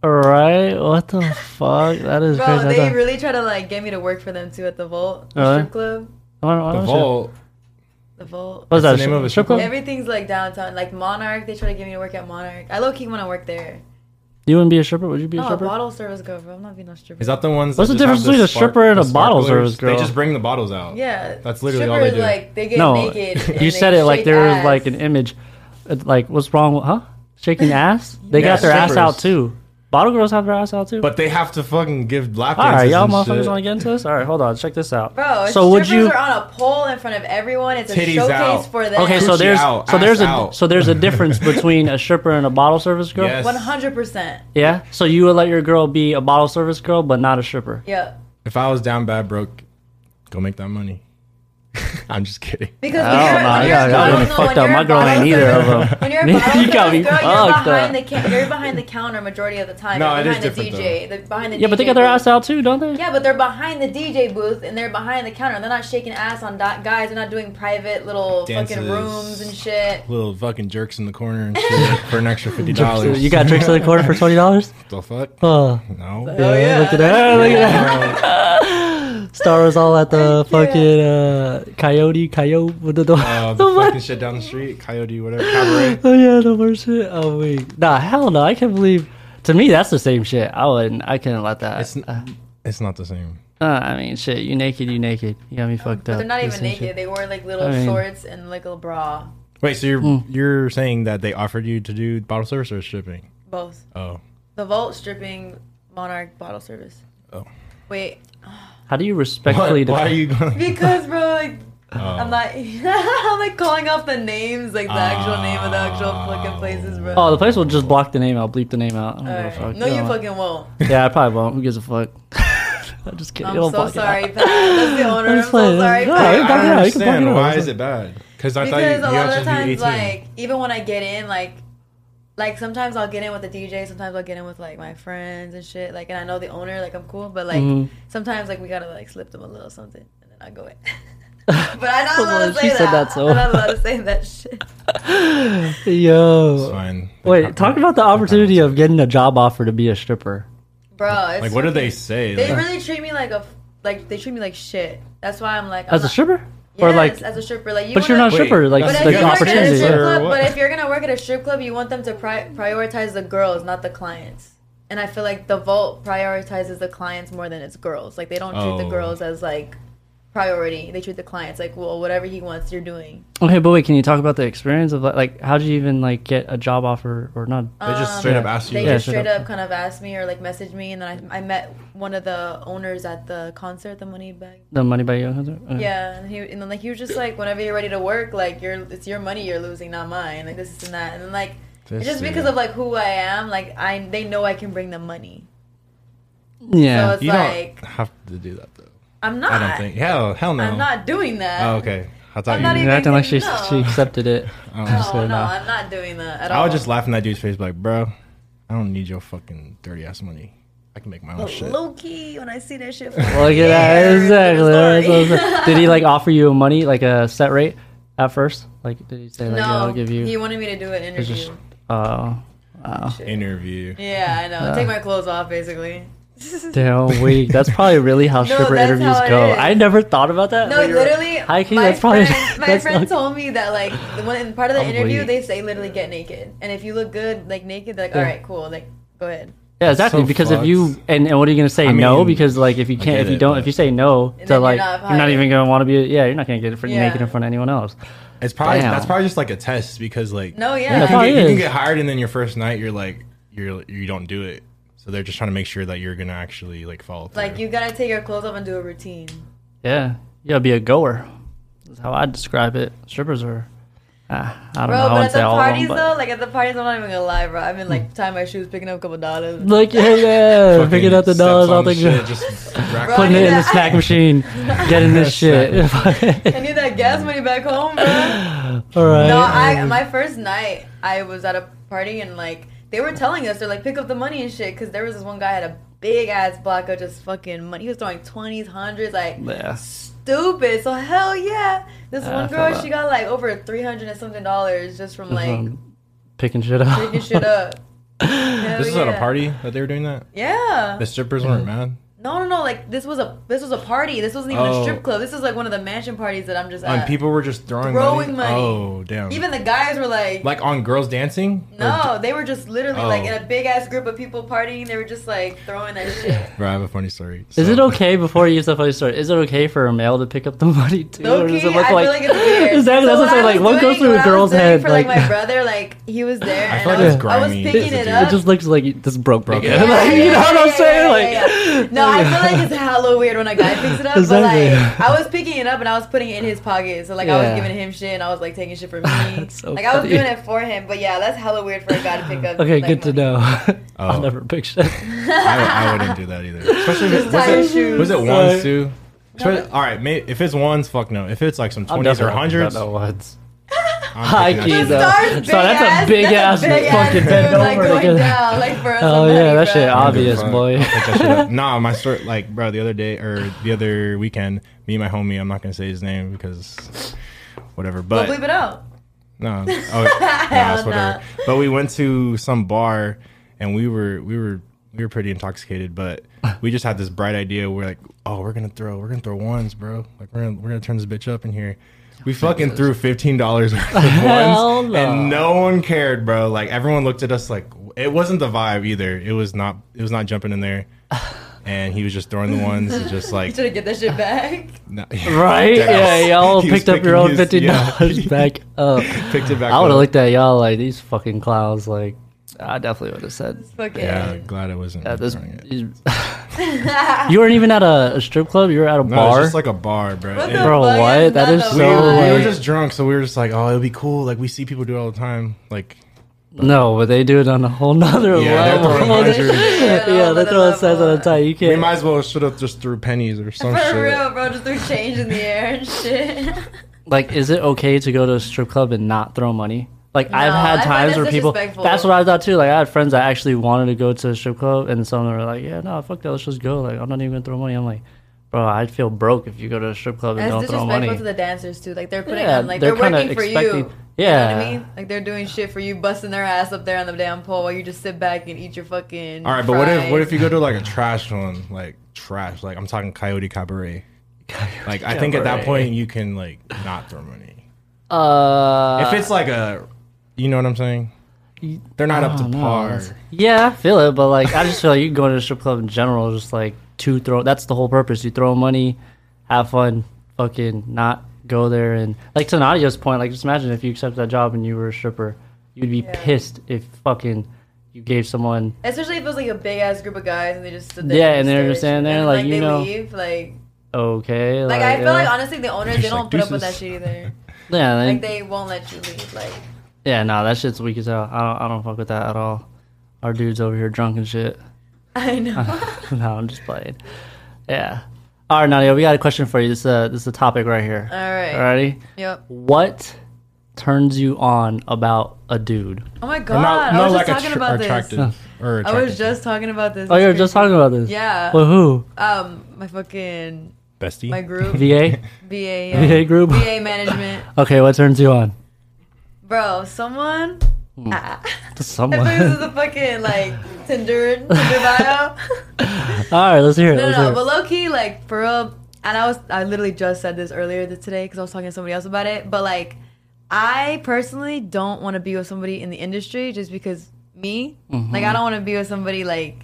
B: Right? What
D: <laughs>
B: the fuck? That is
D: bro.
B: crazy. I
D: They
B: thought-
D: really try to like get me to work for them too at the Vault the
B: Really?
D: strip club.
B: I don't- I
C: The
B: don't know.
C: vault.
D: The Vault.
B: What was that?
C: That's the name of a strip club?
D: Everything's like downtown, like Monarch. They try to get me to work at Monarch. I low key want to work there.
B: You wouldn't be a stripper? Would you be a
D: No, a
B: stripper?
D: bottle service girl, bro. I'm not being a stripper.
C: Is that the ones?
B: What's
C: that
B: the
C: just have
B: difference between a stripper
C: spark-
B: and a
C: the
B: bottle
C: sparklers?
B: service girl?
C: They just bring the bottles out.
D: yeah,
C: That's literally all they
D: strippers,
C: do.
D: Like they get
B: no,
D: naked. and
B: you
D: they
B: said it like
D: shake
B: there was
D: ass.
B: like an image. It's Like what's wrong? with Huh?
D: <laughs>
B: shaking ass. They got
C: Yeah,
B: their ass
C: strippers.
B: out too. Bottle girls have their ass out too.
C: But they have to fucking give lap
B: all
C: dances.
B: right, y'all
C: and
B: motherfuckers
C: shit.
B: want to get into this? All right, hold on, check this out.
D: Bro,
B: so would you?
D: are on a pole in front of everyone. It's a
C: Titties
D: showcase
C: out.
D: for them.
B: Okay, so
C: Coochie
B: there's
C: out,
B: so there's
C: ass
B: a
C: out.
B: so there's a difference between a stripper and a bottle service girl.
C: Yes.
D: one hundred percent.
B: Yeah. So you would let your girl be a bottle service girl, but not a stripper.
D: Yeah,
C: If I was down bad broke, go make that money. <laughs> I'm just kidding.
D: because
B: I don't know.
D: when
B: Yeah,
D: you're,
B: y'all
D: when
B: done
D: you're,
B: fucked up. My girl ain't either of them. <laughs>
D: When you're a
B: You
D: bottle
B: got
D: service
B: me
D: girl, you're
B: fucked
D: behind
B: up.
D: the ca- you're behind the counter majority of the time.
C: No,
D: you're
C: it is
D: behind the
C: different,
D: DJ. They're behind the
B: Yeah, but they
D: DJ
B: got their
D: booth.
B: ass out too, don't they?
D: Yeah, but they're behind the DJ booth and they're behind the counter. They're not shaking ass on dot guys. They're not doing private little fucking
C: Dances.
D: rooms and shit.
C: Little fucking jerks in the corner and shit for an extra fifty dollars.
B: uh, You got drinks in the corner
C: <laughs>
B: for twenty dollars?
C: the fuck?
B: Oh,
C: No. Uh,
B: yeah, Look at that! <laughs> Look at that! Star was all <laughs> at the fucking uh, coyote, coyote with the door. <laughs>
C: Uh,
B: the
C: the
B: wor-
C: fucking shit down the street, coyote, whatever, cabaret.
B: oh yeah, the worst shit. Oh wait, nah, hell no! I can't believe. To me, that's the same shit. I wouldn't. I couldn't let that.
C: It's, n- uh, it's not the same.
B: uh, I mean, shit. You naked. You naked. You got me fucked
D: But
B: up.
D: they're not
B: This
D: even
B: and shit.
D: naked. They wore like little
B: I mean-
D: shorts and like a bra.
C: Wait, so you're you're saying that they offered you to do bottle service or shipping?
D: Both.
C: Oh,
D: The Volt stripping Monarch bottle service.
C: Oh.
D: Wait.
B: How do you respectfully?
C: why are
B: defend-
C: you
D: <laughs>
C: going?
D: Because, bro, like,
B: Oh.
D: I'm not. <laughs> I'm like calling off the names, like the actual name of the actual fucking places, bro.
B: Oh, the place will just block the name out, bleep the name out. I don't give a
D: Alright.
B: fuck.
D: No, you
B: Yeah.
D: fucking won't.
B: Yeah, I probably won't. Who gives a fuck? <laughs> I'm just kidding.
D: I'm
B: It'll
D: so
B: block it out.
D: sorry, Pat. That's
B: <laughs>
D: the owner. I'm,
B: just
D: so
B: playing.
D: sorry,
B: No,
D: Pat.
B: it's back
C: I
B: it
C: don't
B: out. You can block it
C: understand.
B: out.
C: Why is it bad? Because I thought you,
D: because
C: you
D: a lot of
C: had to be
D: times,
C: eighteen.
D: like even when I get in, like like sometimes I'll get in with the DJ, sometimes I'll get in with like my friends and shit. Like, and I know the owner, like I'm cool, but like
B: Mm-hmm.
D: sometimes like we gotta like slip them a little something, and then
B: <laughs>
D: I go in. <laughs> but I'm not allowed to
B: She
D: say
B: said
D: that.
B: that, so-
D: I'm not allowed to say that <laughs> shit.
B: Yo.
C: Fine.
B: Wait, talk about the opportunity of getting a job offer to be a stripper.
D: Bro, it's
C: Like, what do they
D: fucking-
C: say?
D: They
C: Like,
D: really treat me like a f- like they treat me like shit. That's why I'm like I'm
B: As a
D: not-
B: stripper?
D: Yes,
B: or like,
D: as a stripper, like you.
B: but you're
D: wanna-
B: not a stripper.
C: Wait,
B: Like,
D: But
C: that's
D: if,
B: the
D: you work at a
B: opportunity.
D: strip
C: Or
D: club,
C: what?
D: but if you're gonna work at a strip club, you want them to pri- prioritize the girls, not the clients. And I feel like the Vault prioritizes the clients more than its girls. Like they don't treat
C: Oh.
D: the girls as like priority. They treat the clients like, well, whatever he wants, you're doing.
B: Okay, but wait, can you talk about the experience of like, like how did you even like get a job offer or not?
D: Um,
C: they just straight up
B: yeah.
C: ask you.
D: They
B: Yeah,
C: like,
D: just
B: straight
D: straight
B: up.
D: up kind of asked me or like messaged me, and then I, I met one of the owners at the concert, the Money Bag.
B: the money by Young Hunter? Okay.
D: Yeah, and, he, and then like he was just like, whenever you're ready to work, like you're it's your money you're losing, not mine. Like this and that, and then like
C: This
D: it's just because
C: dude.
D: of like who I am, like I they know I can bring them money.
B: Yeah.
D: So it's
C: you
D: like
C: don't have to do that though.
D: I'm not.
C: I don't think. Hell, hell no.
D: I'm not doing that.
C: Oh, okay. I thought
D: I'm
C: you.
D: not
B: You're acting like she,
D: No.
B: she accepted it.
D: No, no,
B: saying that.
D: I'm not doing that at all.
C: I would just laugh in that dude's face, like, bro, I don't need your fucking dirty ass money. I can make my own shit.
D: low key when I see that shit.
B: Look at that. Exactly.
D: Sorry.
B: That's what I'm saying. did he
D: <laughs>
B: like offer you money, like a set rate at first? Like, did he say, like,
D: no,
B: yeah, I'll give
D: he
B: you.
D: wanted me to do an
B: It's
D: interview.
B: just,
D: <laughs>
B: uh,
C: Interview.
D: Yeah, I know. Take my clothes off, basically.
B: Damn weak. That's probably really
D: <laughs>
B: how stripper
D: that's
B: interviews
D: how it
B: go.
D: is.
B: I never thought about that.
D: No,
B: but you're right.
D: literally,
B: High key,
D: my
B: that's probably- <laughs>
D: friend, my
B: that's
D: friend
B: not-
D: told me that like the one in part of the
B: I'm
D: interview
B: weak.
D: they say literally get naked, and if you look good like naked, they're like,
B: Yeah.
D: all right, cool, like go ahead.
B: Yeah, exactly.
C: so
B: because if
C: fucked.
B: you and, and what are you gonna say
C: I
B: no?
C: mean,
B: Because like if you
C: I
B: can't,
C: get
B: if you
C: it,
B: don't,
C: but-
B: if you say no
D: And
B: to
D: then
B: like,
D: you're not
B: you're not
D: hired.
B: even gonna want to be. Yeah, you're not gonna get it for
D: Yeah.
B: naked in front of anyone else.
C: It's probably
B: Damn.
C: that's probably just like a test because like
D: No, yeah.
C: you, can
D: It
B: probably
C: get, you can
B: is.
C: get hired and then your first night you're like you're you don't do it. So they're just trying to make sure that you're gonna actually like follow through.
D: Like you gotta take your clothes off and do a routine.
B: Yeah, you gotta be a goer. That's how I describe it. Strippers are. ah, I don't
D: Bro,
B: know. I
D: but
B: wouldn't
D: at
B: say
D: the
B: all Hmm. of them,
D: parties
B: but
D: though, like at the parties, I'm not even gonna lie, bro. I've been like tying my shoes, picking up a couple dollars.
B: like yeah, yeah,
C: Fucking
B: picking up the
C: steps
B: dollars
C: on
B: off the
C: shit,
B: <laughs> ground,
C: just
B: putting
C: rack-
B: it in
D: <laughs>
B: the snack machine, getting <laughs> this shit.
D: I need that gas money back home, bro.
B: <sighs> all right.
D: No, I my first night I was at a party and like they were telling us they're like pick up the money and shit because there was this one guy had a big ass block of just fucking money. He was throwing twenties, hundreds, like
B: Yeah.
D: stupid. So hell yeah, this
B: Yeah, I
D: one
B: feel
D: girl
B: that.
D: she got like over three hundred and something dollars just from like
B: Um, picking shit up. <laughs>
D: picking shit up.
C: This is at a party that they were doing that.
D: Yeah.
B: Mm-hmm.
C: The strippers weren't mad.
D: No, no, no. Like this was a this was a party. This wasn't even a
C: Oh.
D: strip club. This is like one of the mansion parties that I'm just
C: and
D: at.
C: people were just throwing,
D: throwing money.
C: Oh damn!
D: even the guys were like,
C: like on girls dancing? Or-
D: no, they were just literally like
C: Oh.
D: in a big ass group of people partying. They were just like throwing that shit.
C: bro, I have a funny story.
B: Is
C: So-
B: it okay before you use the funny story? Is it okay for a male to pick up the money too?
D: Okay, I feel like it's weird.
B: <laughs> Exactly,
D: So
B: that's what I'm saying.
D: I
B: Like,
D: was
B: what goes
D: doing-
B: through
D: what
B: a
D: I was
B: girl's
D: doing
B: head?
D: For
B: Like,
D: like, my
B: <laughs>
D: brother, like he was there,
C: I
D: and
C: feel
D: I
C: like
D: was,
C: it's
D: I was
C: grimy
D: picking
C: as
D: it
C: a
D: up.
B: it just looks like this broke, broke.
C: Yeah.
B: <laughs> Like, you know what I'm
D: Yeah,
B: saying? Like,
D: yeah, yeah, yeah. no, I feel like it's hella weird when a guy picks it up.
B: Exactly.
D: But like, I was picking it up and I was putting it in his pocket, so like I
B: Yeah.
D: was giving him shit and I was like
B: <laughs>
D: taking shit for me.
B: That's so
D: like I
B: funny.
D: was doing it for him, but yeah, that's hella weird for a guy to pick
B: <laughs>
D: up.
B: okay,
D: like,
B: good to
D: money.
B: know. <laughs> I'll
C: Oh.
B: never pick shit.
C: I, I wouldn't do that either. Especially if it,
D: tie
C: was,
D: your
C: it,
D: shoes.
C: was it
B: Sorry.
C: ones too? Especially- all right, may, if it's ones, fuck no. If it's like some
B: I'm
C: twenties or hundreds,
B: No ones.
C: I'm
B: High
C: picking that
B: key,
C: shit
D: The
C: up.
B: though.
D: stars,
B: So
D: big
B: that's a
D: ass-
B: big ass
D: that's a big
B: fucking
D: ass
B: bend
D: dude, like,
B: over to get-
D: going down, like
B: <laughs>
D: for
B: Oh
D: somebody,
B: yeah, that shit
D: bro.
B: obvious,
C: Fuck.
B: boy.
C: Pick that
B: <laughs>
C: shit up. nah, my story, like, bro, the other day or the other weekend, me and my homie, I'm not gonna say his name because whatever,
D: We'll
C: but
D: bleep it out.
C: no, oh, nah, it's whatever.
D: nah.
C: But we went to some bar and we were we were we were pretty intoxicated, but we just had this bright idea. We're like, oh, we're gonna throw, we're gonna throw ones, bro. Like we're gonna we're gonna turn this bitch up in here. We fucking threw fifteen dollars worth of ones,
B: Hell no.
C: and no one cared, bro. Like everyone looked at us like it wasn't the vibe either. It was not it was not jumping in there, and he was just throwing the ones. It's just
D: <laughs>
C: like
D: Should have get that shit back.
C: no-
B: <laughs> Right? Yeah,
C: Deadass.
B: y'all
C: He was
B: picked up your
C: picking
B: own
C: his-
B: fifty
C: yeah.
B: dollars back up.
C: <laughs> picked it back.
B: I would
C: up.
B: have looked at y'all like these fucking clowns. Like, I definitely would have said
D: Fucking.
C: Yeah, glad it wasn't.
B: Yeah, this,
C: throwing it.
B: <laughs> you weren't even at a, a strip club. You were at a
C: No,
B: bar.
C: it's just like a bar, bro.
D: What
C: And-
D: the
B: Bro,
D: fuck is
B: what? That
D: not
B: is
D: the
C: we, were,
B: so
D: vibe?
C: we were
B: lame.
C: just drunk, so we were just like, oh, it'll be cool. Like we see people do it all the time. Like
B: no, but they do it on a whole nother
C: Yeah, they're
D: <laughs>
B: <laughs>
C: throwing
B: level.
C: hundreds.
B: yeah, they throw size on the
D: level.
B: tie. You
C: we
B: can't.
C: might as well should have just threw pennies or some shit.
D: For real, bro, just threw change in the air and shit.
B: like, is it okay to go to a strip club and not throw money? Like, I've
D: No, I
B: had
D: find
B: times
D: that's
B: where people.
D: disrespectful.
B: That's what I thought too. Like, I had friends that actually wanted to go to a strip club, and some of them were like, "Yeah, no, fuck that. Let's just go. Like, I'm not even gonna throw money." I'm like, bro, I'd feel broke if you go to a strip club and
D: That's
B: don't throw money.
D: disrespectful to the dancers too. Like they're putting
B: Yeah,
D: on, like
B: they're
D: they're,
B: kinda
D: working for you.
B: expecting-
D: You know what
B: Yeah.
D: I mean? Like they're doing shit for you, busting their ass up there on the damn pole while you just sit back and eat your fucking.
C: All right, but what if
D: fries.
C: what if you go to like a trash one, like trash? Like I'm talking Coyote Cabaret. Like I think at that
B: Cabaret.
C: point you can like not throw money
B: uh,
C: if it's like a, you know what I'm saying? They're not up to
B: don't know.
C: par.
B: That's- Yeah, I feel it, but like I just feel like you can go to a strip club in general, just like to throw. That's the whole purpose. You throw money, have fun, fucking not go there and like to Nadia's point. Like just imagine if you accept that job and you were a stripper, you'd be pissed if fucking you gave someone.
D: Especially if it was like a big ass group of guys and they just stood there.
B: Yeah, and
D: just
B: they're
D: stared
B: just
D: at you.
B: standing there,
D: And then,
B: like, you
D: they
B: know.
D: leave. Like,
B: Okay,
D: like I feel
B: yeah.
D: like honestly the owners they
C: Just
D: don't
C: like,
D: put up with that
C: deuces.
D: shit either.
B: yeah, they-
D: Like they won't let you leave. Like <laughs>
B: yeah, no, that shit's weak as hell. I don't, I don't fuck with that at all. Our dudes over here drunk and shit. <laughs>
D: I know.
B: no, I'm just playing. Yeah. All right, Nadia, we got a question for you. This is a, this is a topic right here.
D: All right.
B: Alrighty.
D: Yep.
B: What turns you on about a dude?
D: Oh my
C: Or
D: god, I was just talking
C: attra-
D: about this.
C: attractive. Or
D: I was
C: attractive.
D: just talking about this.
B: Oh, you were
D: It's
B: just
D: crazy.
B: talking about this.
D: Yeah.
B: Well, who?
D: Um, my fucking
C: bestie.
D: my group
B: VA? <laughs>
D: VA <laughs>
B: VA group?
D: VA management,
B: Okay, what turns you
D: <laughs>
B: on?
D: bro. Someone. Ah.
B: To
D: I thought this is
B: Someone.
D: a fucking like Tinder Tinder
B: <laughs>
D: bio.
B: All right, let's hear it.
D: No,
B: let's hear
D: no, no,
B: it.
D: but low key, like for real. And I was, I literally just said this earlier th- today because I was talking to somebody else about it. But like, I personally don't want to be with somebody in the industry just because me. Like, I don't want to be with somebody like,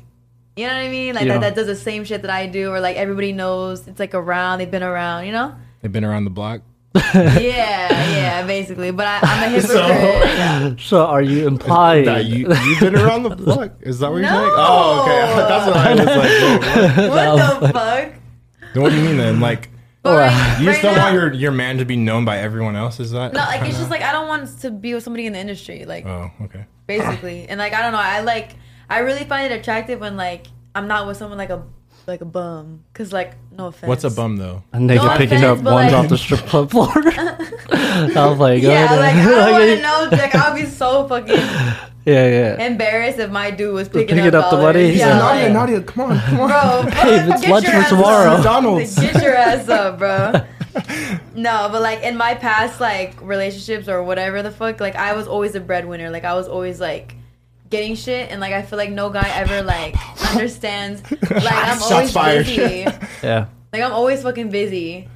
D: you know what I mean? Like
B: Yeah.
D: that, that does the same shit that I do, or like everybody knows it's like around. They've been around, you know?
C: They've been around the block.
D: yeah, yeah, basically. But I, I'm
C: <laughs>
D: a hypocrite.
B: So, are you implying?
C: Nah, you, you've been around the block. Is that what you're
D: <laughs> No.
C: saying? Oh, okay. <laughs> That's what I was
B: <laughs>
C: like. wait, what?
D: what the fuck?
C: Then what do you mean then? Like,
D: But
B: Wow.
D: right,
C: you
D: right
C: just don't
D: now-
C: want your, your man to be known by everyone else? Is that?
D: No, like
C: <laughs>
D: it's just like I don't want to be with somebody in the industry, like
C: Oh, okay.
D: basically. And like I don't know, I like I really find it attractive when like I'm not with someone like a like a bum, cause like no offense.
C: What's a bum though?
B: a nigga
D: No
B: picking
D: offense,
B: up
D: but,
B: ones
D: like-
B: off the strip club floor. <laughs>
D: <laughs>
B: I was like, go
D: Yeah,
C: <laughs>
D: like I
B: ahead.
D: don't
B: <laughs>
D: want to know. Like I'll be so fucking
B: yeah, yeah.
D: embarrassed if my dude was picking,
B: Picking up the
D: dollars.
B: money?
D: Yeah,
B: He's
D: like,
B: like-
C: Nadia, come on, come on.
D: bro.
B: Hey, it's
D: get
B: lunch
D: your
B: for
D: ass
B: tomorrow.
D: up.
C: McDonald's.
D: Get your ass up, bro.
C: <laughs>
D: No, but like in my past like relationships or whatever the fuck, like I was always a breadwinner. Like I was always like getting shit and like I feel like no guy ever like
C: <laughs>
D: understands like I'm
C: Shots
D: always
C: fired.
D: busy.
B: Yeah.
D: Like I'm always fucking busy.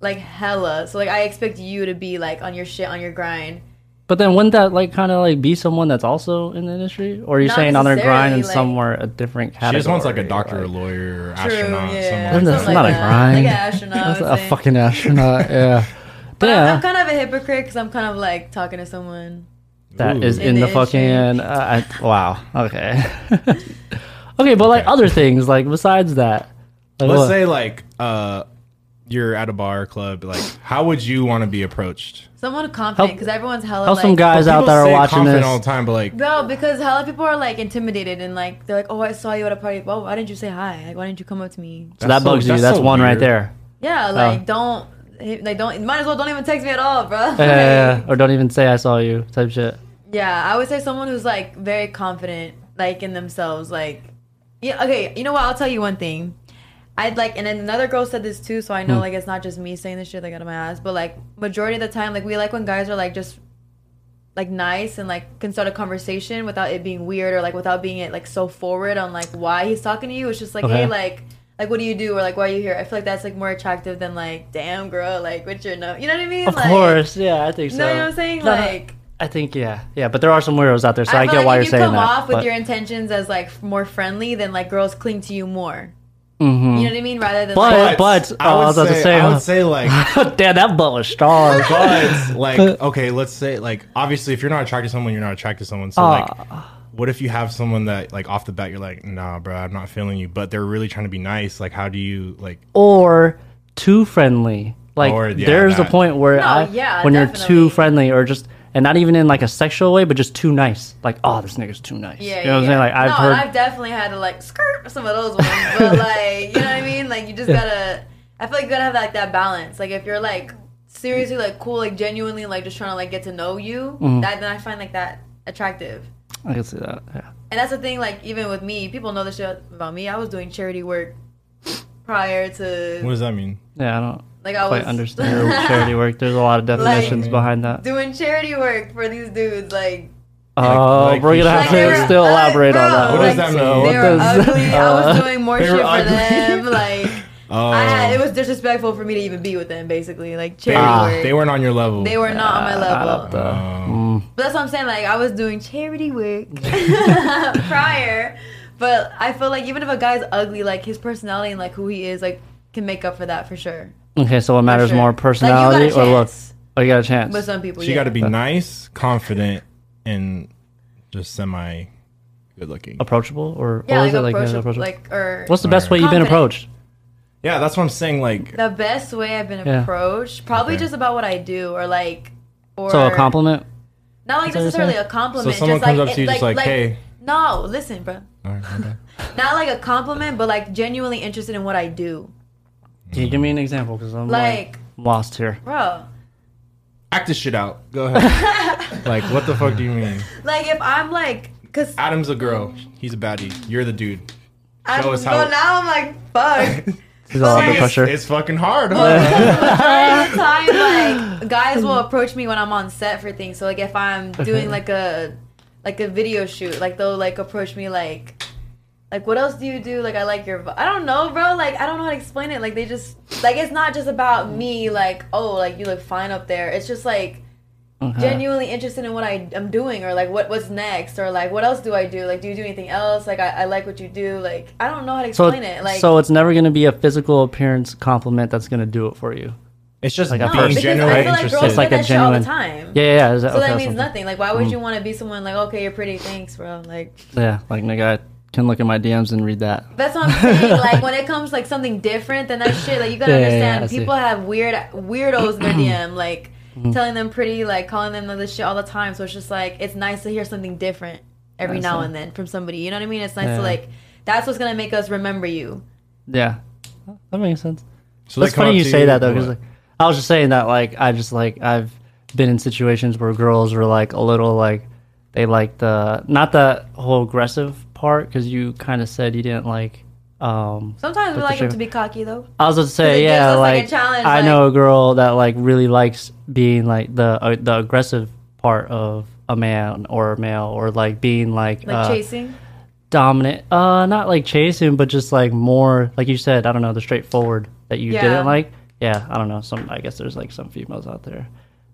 D: Like hella. So like I expect you to be like on your shit, on your grind.
B: But then wouldn't that like kind of like be someone that's also in the industry, or are you
D: Not
B: saying on their grind and
D: necessarily, like-
B: somewhere a different
C: She
B: category?
C: just wants like a doctor, or lawyer, or astronaut.
D: yeah.
C: Someone
B: That's
C: like that.
D: Something
B: not a
D: like that.
B: grind.
D: Like an astronaut, I
B: That's
D: would
B: a
D: say.
B: fucking astronaut. Yeah.
D: <laughs> But I'm, I'm
B: Yeah,
D: kind of a hypocrite because I'm kind of like talking to someone.
B: that is
C: Ooh.
B: in
D: In
B: the
D: the
B: fucking. Uh, I, wow. Okay. <laughs> okay, but like
C: Okay.
B: other things, like besides that, like,
C: Let's
B: what-
C: say like uh, you're at a bar or club. Like, how would you want to be approached?
D: Someone confident
B: Help-
D: because everyone's hella
B: help
D: like.
B: some guys out
C: People
B: that are
C: say
B: watching
C: confident
B: this.
C: all the time, but like,
D: No, because hella people are like intimidated and like they're like, oh, I saw you at a party. Well, why didn't you say hi? Like, why didn't you come up to me?
B: so that
C: that's so-
B: bugs you.
C: that's
B: That's
C: so
B: one right
C: weird.
B: there.
D: Yeah,
B: Oh.
D: like don't, like don't. Might as well don't even text me at all, bro. <laughs> Like,
B: Yeah, yeah, yeah. <laughs> or don't even say I saw you type shit.
D: Yeah, I would say someone who's like very confident, like in themselves. Like, yeah, okay, you know what? I'll tell you one thing. I'd like, and then another girl said this too, so I know
B: Hmm.
D: like it's not just me saying this shit like out of my ass, but like majority of the time, like we like when guys are like just like nice and like can start a conversation without it being weird or like without being it like so forward on like why he's talking to you. It's just like,
B: Okay.
D: hey, like. Like what do you do or like why are you here? I feel like that's like more attractive than like damn girl like what's your no you know what I mean?
B: Of
D: like,
B: course, yeah, I think so.
D: You know what I'm saying?
B: No, no,
D: Like
B: I think yeah, yeah. But there are some weirdos out there, so I,
D: feel
B: get
D: like
B: why
D: if
B: you're
D: you
B: saying
D: come
B: that.
D: off with
B: but-
D: your intentions as like f- more friendly, then like girls cling to you more.
B: Mhm.
D: You know what I mean? Rather than
B: But-
D: like,
B: but-
C: I
B: oh, I
C: would
B: was about to
C: say,
B: say,
C: I
B: uh,
C: would say
B: <laughs>
C: like
B: Damn, that butt was
D: <laughs>
B: strong.
C: But like, okay, let's say like obviously if you're not attracted to someone, you're not attracted to someone. So like what if you have someone that like off the bat you're like, nah, bro, I'm not feeling you, but they're really trying to be nice. Like, how do you like
B: or too friendly. Like
C: Or, yeah,
B: there's a
C: that.
B: point where
D: No,
B: I,
D: yeah,
B: when you're too
D: definitely.
B: friendly or just and not even in like a sexual way, but just too nice. Like, oh, this nigga's too nice.
D: yeah,
B: you know what I'm
D: yeah,
B: saying?
D: yeah.
B: Like I've
D: no,
B: heard
D: I've definitely had to like skirt some of those ones,
B: <laughs>
D: but like you know what I mean? Like you just gotta. I feel like you gotta have like that balance. Like if you're like seriously like cool, like genuinely like just trying to like get to know you,
B: Mm-hmm.
D: that then I find like that attractive.
B: I can see that. Yeah.
D: And that's the thing. Like even with me, people know this shit about me. I was doing charity work prior to
C: what does that mean?
B: Yeah, I don't
D: like I
B: quite
D: was <laughs>
B: understand charity work. There's a lot of definitions
C: Like-
B: behind that.
D: doing charity work for these dudes. Like,
B: Oh,
C: like
B: we're gonna
C: you
B: have
C: should- Like,
B: to
C: they were
B: still
D: ug-
B: elaborate on
D: bro,
B: that.
C: What does
B: one,
C: that
B: so
C: mean?
B: what
D: they were
B: does-
D: ugly. I
B: uh,
D: was doing more
C: They
D: shit
C: were
D: for
C: ugly. <laughs>
D: them. Like,
C: Oh,
D: I had, it was disrespectful for me to even be with them. Basically, like charity
B: Ah.
D: work.
C: they weren't on your level.
D: They were not on my level.
B: uh,
C: Oh.
D: But that's what I'm saying. Like, I was doing
C: <laughs>
D: charity work <laughs> prior, but I feel like even if a guy's ugly, like his personality and like who he is, like can make up for that for sure.
B: <laughs> Okay, so what
D: For
B: matters
D: sure.
B: more,
D: Like, you got a
B: personality or looks?
D: chance
B: Oh, you got a chance.
D: With some people,
C: She
D: yeah.
C: got to be nice, confident, and just semi good looking.
B: approachable or
D: yeah,
B: what
D: like,
B: was it like?
D: approachable,
B: yeah, approachable.
D: like or
B: What's the best way you've been
D: Confident.
B: approached?
C: Yeah, that's what I'm saying. Like,
D: <laughs> The best way I've been
B: Yeah.
D: approached, probably
C: Okay.
D: just about what I do, or like, or
B: So a compliment.
D: Not like
B: what you're
D: necessarily
B: saying?
D: a compliment.
C: So someone
D: just
C: comes
D: like,
C: up to you
D: it-
C: just like, "Hey."
D: No, listen, bro.
C: all right, my bad.
D: Not like a compliment, but like genuinely interested in what I do,
B: Can you give me an example? Because I'm like,
D: Like-
B: lost here.
D: bro.
C: act this shit out. Go ahead.
D: <laughs>
C: like, what the fuck do you mean?
D: Like if I'm like, cause
C: Adam's a girl. He's a baddie. You're the dude.
D: I'm
C: show us
D: so
C: how-
D: now I'm like, fuck.
B: He's all under
C: It's-
B: pressure.
C: It's, fucking hard. Huh?
D: Every time like guys will approach me when I'm on set for things. So like if I'm doing like a like a video shoot, like they'll like approach me like like what else do you do? Like I like your vo- I don't know, bro. Like I don't know how to explain it. Like they just like it's not just about me like oh like you look fine up there. It's just like
B: Okay.
D: genuinely interested in what I am doing or like what what's next or like what else do I do? Like do you do anything else? Like I, I like what you do. Like I don't know how to
B: so,
D: explain it. Like
B: so it's never going to be a physical appearance compliment that's going to do it for you.
C: It's just
B: Like a
D: no,
B: being
D: because
B: genuinely
D: I feel like
B: interested.
D: girls
B: It's like
D: get
B: a
D: that shit all the
B: genuine-
D: time.
B: Yeah, yeah. yeah. Is that, Mm.
D: So
B: okay,
D: that
B: that's
D: means
B: something.
D: nothing. Like, why would you want to be someone like, okay, you're pretty, thanks, bro? Like,
B: Yeah, like nigga, I can look at my DMs and read that.
D: that's what I'm saying.
B: <laughs>
D: like, when it comes like something different than that shit, like you gotta
B: Yeah, yeah, yeah,
D: understand.
B: I see. Mm.
D: people have weird
B: <clears throat>
D: weirdos in their DM, like telling them pretty, like calling them this shit all the time. So it's just like it's nice to hear something different every
B: I
D: now
B: see.
D: and then from somebody. You know what I mean? It's nice
B: Yeah.
D: to like. That's what's gonna make us remember you.
B: Yeah, that makes sense.
C: So
B: That's
C: they come up
B: funny you
C: to
B: say that though, because
C: what?
B: like, I was just saying that like I just like I've been in situations where girls were like a little like they like the not the whole aggressive part because you kind of said you didn't like. Um,
D: Sometimes
B: But
D: we
B: the
D: like them
B: shit-
D: to be cocky though.
B: I was gonna
D: it
B: say
D: gives
B: yeah,
D: us, like, a
B: like,
D: challenge,
B: I
D: like-
B: know a girl that like really likes being like the uh, the aggressive part of a man or a male or like being like,
D: Like
B: uh,
D: chasing.
B: dominant. Uh, not like chasing, but just like more like you said. I don't know the straightforward that you
D: Yeah.
B: didn't like. Yeah, I don't know. Some I guess there's like some females out there.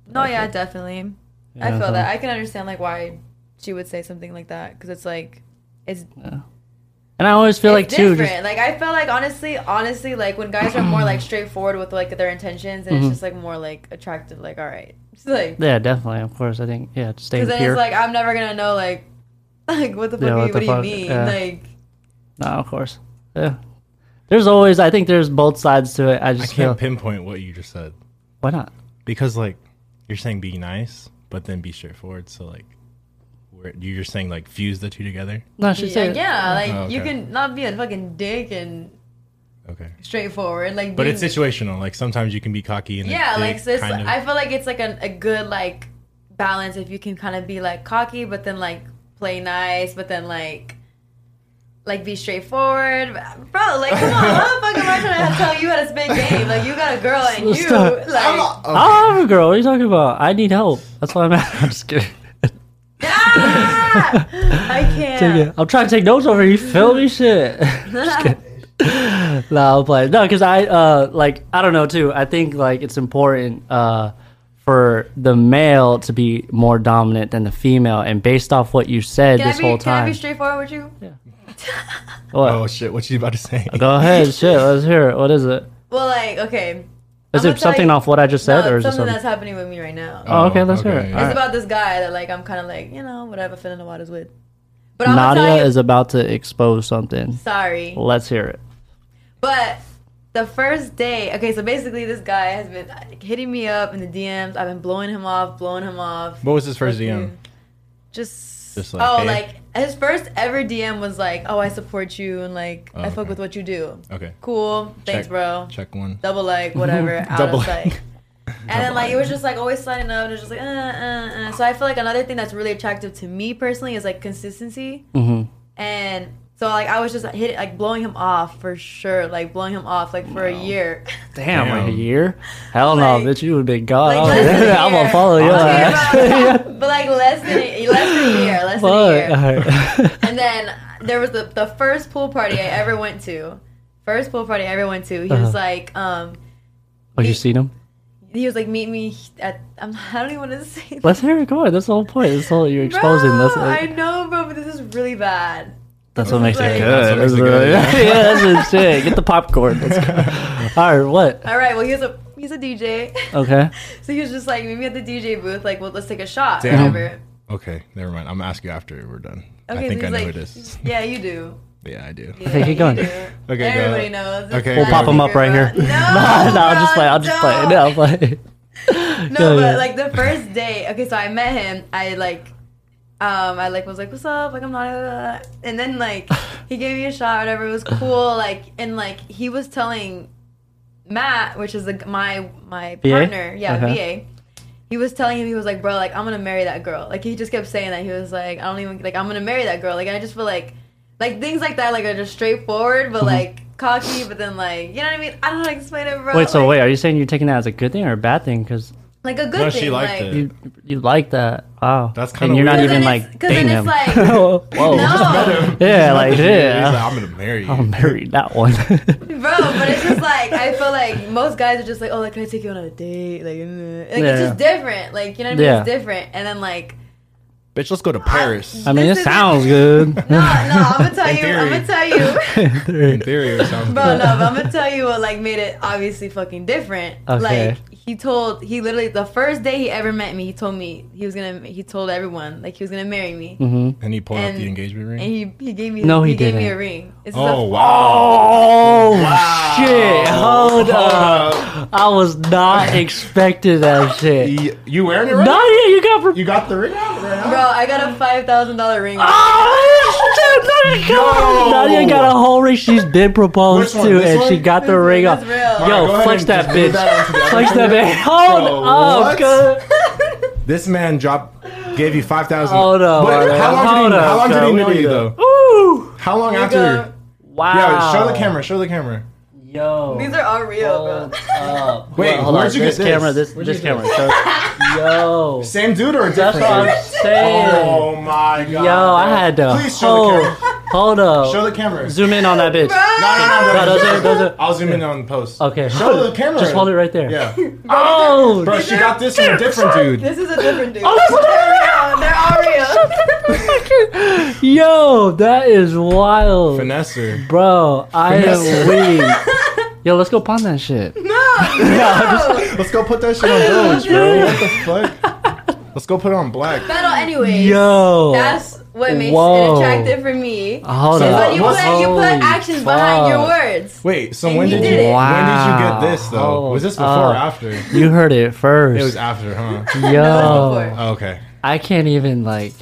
D: No, yeah, definitely. I
B: Yeah,
D: feel
B: so-
D: that. I can understand like why she would say something like that because it's like it's
B: And I always feel like
D: it's
B: too.
D: different.
B: Just,
D: like I feel like honestly, honestly, like when guys are more like straightforward with like their intentions,
B: Mm-hmm.
D: and it's just like more like attractive. Like all right, it's like
B: yeah, definitely. Of course, I think yeah, staying
D: because then
B: pure.
D: it's like I'm never gonna know like <laughs> like what the fuck,
B: Yeah,
D: are
B: what
D: you,
B: the
D: what do you
B: fuck,
D: mean
B: yeah.
D: like.
B: no, of course. Yeah, there's always. I think there's both sides to it. I
C: I
B: just feel
C: can't pinpoint what you just said
B: why not.
C: because like you're saying be nice, but then be straightforward. So like where, you're just saying like fuse the two together.
B: No, she
D: Yeah,
B: said
D: yeah, like
C: Oh,
D: you
C: okay.
D: can not be a fucking dick and
C: Okay,
D: straightforward. Like,
C: but
D: being-
C: it's situational. Like sometimes you can be cocky and a
D: yeah,
C: dick,
D: like so it's,
C: kind of.
D: I feel like it's like a, a good like balance if you can kind of be like cocky, but then like play nice, but then like like be straightforward, bro. Like,
B: <laughs>
D: come on, how the fuck am I trying to tell you how to spend game? Like, you got a girl and you
B: Stop.
D: like.
B: I don't have a Oh, girl. What are you talking about? I need help. That's why I'm. <laughs> I'm just kidding.
D: Ah! I can't.
B: Yeah, I'm trying to take notes over here. You feel me? Shit. <laughs> no, I'll play. No, because I uh like I don't know too. I think like it's important uh for the male to be more dominant than the female, and based off what you said
D: Can I
B: this
D: be?
B: whole
D: Can I
B: time.
D: be straightforward with you?
B: what?
C: <laughs> oh shit! What you about to say? <laughs>
B: Go ahead, shit. Let's hear it. What is it?
D: Well, like, okay.
B: Is
D: I'm
B: it
D: gonna tell
B: something
D: you-
B: off what I just
D: No,
B: said, or
D: it's
B: is it
D: something
B: something?
D: that's happening with me right now.
B: Oh, okay, let's hear it.
D: It's
B: Alright.
D: about this guy that like I'm kind of like you know whatever filling the waters with. But I'm gonna tell
B: Nadia
D: you,
B: is about to expose something.
D: sorry,
C: Oh.
B: Let's hear it.
D: but the first day, okay, so basically this guy has been hitting me up in the DMs. I've been blowing him off, blowing him off.
C: What was his first
D: Fuck
C: DM?
D: you. Just,
C: Just like,
D: oh,
C: hey?
D: like his first ever DM was like, oh, I support you and like I fuck
C: Oh, okay.
D: with what you do.
C: Okay.
D: Cool, thanks,
C: Check-
D: bro.
C: Check one.
D: double like whatever out
C: Double
D: of
C: like.
D: sight. And then like it was just like always sliding up, and it was just like uh, uh, uh. So I feel like another thing that's really attractive to me personally is like consistency. Mm-hmm. And so like I was just hit like blowing him off for sure, like blowing him off like for a year. <laughs>
B: Damn, like a
C: Damn.
B: year? Hell
D: Like-
B: no, bitch. You would be gone.
D: Like,
B: <laughs>
D: less than a
B: I'm gonna
D: year.
B: follow you.
D: Okay,
B: <laughs>
D: but, but, like less than a, less than a year, less than a year.
B: <laughs>
D: And then there was the, the first pool party I ever went to. First pool party I ever went to. He was like, um,
B: Oh, you seen him?
D: he was like, meet me at. I'm, <laughs> I don't even want to say
B: Let's hear it. Come on. That's the whole point. That's all you're exposing.
D: Bro,
B: That's,
D: I know, bro, but this is really bad.
B: that's what makes
D: like-
B: it
C: That's
B: good.
C: what makes it
B: That's
C: good,
B: right. <laughs> yeah, that's the shit. Get the popcorn. Let's
C: <laughs>
B: go. All right, what?
D: All right, well, he's a he's a DJ,
B: Okay.
D: <laughs>
B: <laughs>
D: so he was just like, meet me at the DJ booth, like, well, let's take a shot,
C: Damn.
D: whatever.
C: Okay, never mind. I'm gonna ask you after we're done.
D: Okay,
C: I think
D: so
C: I know
D: he's like,
C: who it is.
D: yeah, you do.
C: Yeah, I do.
B: <laughs> Okay, keep
D: you
B: going.
D: do.
C: <laughs> Okay,
D: everybody
C: go.
D: knows. It's
C: Okay,
D: not
C: We'll pop
D: a
C: 'em
B: up
D: secret,
B: right
D: bro.
B: here.
D: <laughs>
B: <laughs>
D: No,
B: no, I'll just play. I'll just play. No, <laughs> I'll play.
D: no,
B: Go
D: but
B: ahead.
D: like the first day, okay, so I met him. I like, um, I like was like, "What's up?" Like I'm not, uh, and
B: <laughs>
D: then like he gave me a shot, whatever. It was cool, like, and like he was telling Matt, which is like my my
B: VA?
D: partner, yeah, the
B: Uh-huh.
D: VA. He was telling him he was like, "Bro, like I'm gonna marry that girl." Like he just kept saying that he was like, "I don't even like I'm gonna marry that girl." Like I just feel like, like things like that like are just straightforward, but
B: Mm-hmm.
D: like cocky, but then like you know what I mean? I don't know how to explain it, bro.
B: Wait, so
D: like,
B: wait, are you saying you're taking that as a good thing or a bad thing? Because
D: like a good
C: No,
D: thing.
C: she liked
D: like,
C: it.
B: you you like that. Wow.
C: That's
B: And
C: kinda
B: you're not
C: weird.
B: even
D: Because then
B: like
D: it's- 'cause
B: dating
D: then
B: him. <laughs>
D: it's like-
B: Whoa.
D: No,
B: <laughs> Yeah,
C: <laughs>
B: like,
C: He's
B: yeah. <laughs>
C: like, I'm gonna <laughs> marry you.
B: I'll marry that one. <laughs>
D: bro, but it's just like I feel like most guys are just like, oh, like can I take you on a date? Like, mm. like
B: Yeah.
D: it's just different. Like you know what I mean?
B: Yeah.
D: It's different. And
B: <laughs>
D: then like,
C: Bitch, let's go to Paris.
B: I mean, it
D: This
C: <laughs>
D: is-
B: sounds good.
D: no, no, I'm gonna tell
C: In
D: you, I'm gonna
C: theory.
D: tell you,
B: <laughs>
C: In theory, it sounds
D: bro,
C: good.
D: no, but I'm gonna tell you what like made it obviously fucking different.
B: Okay.
D: Like he told, he literally the first day he ever met me, he told me he was gonna, he told everyone like he was gonna marry me,
C: And he pulled out
D: And-
C: the engagement ring.
D: and he he gave me,
B: Mm-hmm. No,
D: he,
B: he
D: gave me
B: didn't.
D: a ring. It's
C: oh
D: a,
C: wow!
B: Oh shit! Hold
C: Oh. Uh,
B: up! I was
C: <laughs>
B: not expecting that shit.
C: You, you wearing it right? now?
B: Nadia, you got. Pre-
C: You got the ring out right
D: bro,
C: now?
D: I got a five thousand dollar ring.
C: Ah!
B: Oh, shit, Nadia, got-
C: Yo!
B: Nadia got a whole ring she's been proposed
C: Which one,
B: to,
C: this
B: and
C: one?
B: she got the
D: This
B: ring
D: one
B: up.
D: is real.
B: Yo,
C: Alright, go ahead
B: flex
C: and
B: that
C: just move
B: bitch.
C: that onto the
B: Flex
C: other
B: that
C: one. <laughs>
B: bitch. Hold
C: Bro,
B: up,
C: what?
B: cuz.
C: This man dropped, gave you five thousand.
B: Hold up,
C: But
B: man.
C: how long
B: Hold
C: did he,
B: up,
C: how long did
B: bro.
C: he
B: We
C: know
B: need
C: you
B: to-
C: though?
B: Ooh!
C: How long
D: Here you go.
C: after?
B: Wow.
C: Yeah, show the camera. Show the camera.
B: Yo.
D: These are all real, bro.
B: Hold up.
C: Wait,
B: Hold on,
C: where'd you
B: this
C: get this?
B: camera? This
C: Where'd
B: this
C: you get
B: camera. Show- Yo.
C: Same dude or a
B: That's
C: different
B: what I'm
C: dude?
B: saying.
C: Oh my god.
B: Yo, I had to.
C: Please show
D: Oh.
C: the
B: hold-
C: camera.
B: Hold up.
C: Show the camera.
B: Zoom in on that bitch.
C: No, no, no,
B: No,
C: no.
B: those are- those are-
C: I'll zoom in on the post.
B: Okay.
C: Show the camera.
B: Just hold it right there.
C: Yeah.
B: Oh,
C: Bro, she got this from a different dude.
D: This is a different dude.
B: They're Oh, <laughs> Yo, that is wild.
C: Finesser.
B: Bro, I am
C: Finesse.
B: weak.
C: <laughs>
B: Yo, let's go pawn that shit.
C: Let's go put that shit on Doge, bro. What the fuck? Let's go put it on black.
D: But uh, anyways,
B: Yo.
D: <laughs> that's what makes
B: Whoa.
D: it attractive for me.
B: Hold
C: So
B: up.
D: But you
C: What's-
D: put you put actions behind your words.
C: Wait, so
D: And
C: when
D: he
C: did
D: did
C: you
D: it.
B: Wow.
C: when did you get this though? Was this before or
B: Uh,
C: after? It
B: You heard it first.
C: was after, huh?
B: Yo,
D: before.
C: Oh, okay.
B: I can't even
C: <laughs>
B: like.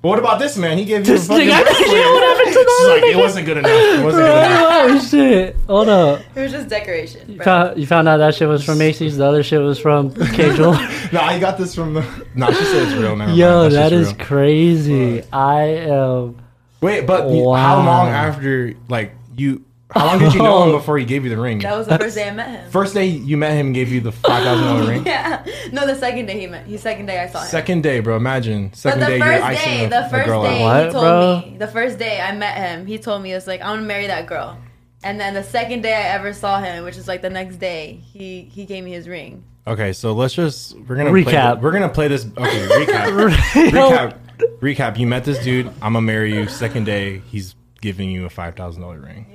C: But what about this man? He gave you
B: This
C: a fucking
B: nigga-
C: display.
B: Yo, what happened to
C: She's like, it wasn't good enough. It wasn't good enough.
B: Oh shit! Hold up.
D: It was just decoration.
B: You
D: bro.
B: found, you found out that shit was from Macy's. The other shit was from K.
C: <laughs>
B: Jewel.
C: No, I got this from the. No, she said it's Oh, real now.
B: Yo, that is crazy. I am.
C: Wait, but you- how
B: Wow.
C: long after like you? How long did you
B: <laughs>
C: know him before he gave you the ring?
D: That was the first day I met him.
C: First day you met him, gave you the five thousand dollar ring.
D: <laughs> Yeah. No, the second day he met. He second day I saw him.
C: Second day, bro. Imagine
D: but
C: second
D: the
C: day you're
D: first
C: icing
D: day,
C: a,
D: the
C: a
D: first
C: girl out.
D: day
B: What,
D: he told
B: bro?
D: me, the first day I met him, he told me it's like I'm gonna marry that girl. And then the second day I ever saw him, which is like the next day, he he gave me his ring.
C: Okay, so let's just we're gonna Play,
B: Recap.
C: we're gonna play this.
B: <laughs>
C: Okay, recap. recap. Recap. You met this dude. I'm gonna marry you. Second day, he's giving you a five thousand dollar ring.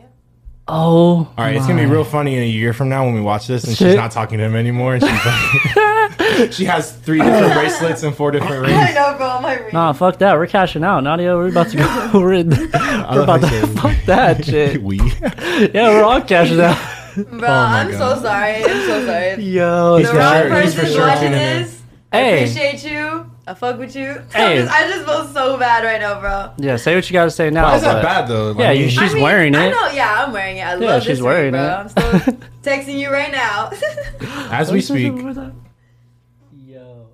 B: Oh,
C: All right, it's gonna be real funny in a year from now when we watch this and she's
B: Shit.
C: not talking to him anymore. And
B: <laughs>
C: she's like, <laughs> she has three different bracelets and four
D: <laughs>
C: different
D: I
C: rings.
D: know, bro. My ring.
B: nah, fuck that. We're cashing out, Nadia. We're about to go. <laughs> We're, in,
C: <laughs>
B: we're
C: love
B: about
C: how
B: to
C: you said
B: fuck
C: <laughs>
B: that shit.
C: We.
B: Yeah, we're all cashing out. Oh
D: Bro,
C: my
D: I'm
C: God.
D: so sorry. I'm so sorry.
B: Yo,
C: He's
D: the
C: for
D: wrong
C: sure- he's for
D: person's
C: sure
D: watching
C: tuning in.
D: this. I
B: hey,
D: appreciate you. I fuck with you. <laughs>
B: Hey.
D: I, just, I just feel so bad right now, bro.
B: yeah. Say what you gotta say now.
C: Why is
B: but-
C: that bad though? Like,
B: Yeah, you should- She's wearing
D: I
B: it.
D: know, yeah, I'm wearing it. I
B: Yeah,
D: love
B: she's
D: this
B: wearing
D: ring, bro.
B: it. <laughs>
D: I'm still texting you right now. <laughs>
C: as we speak.
B: Yo,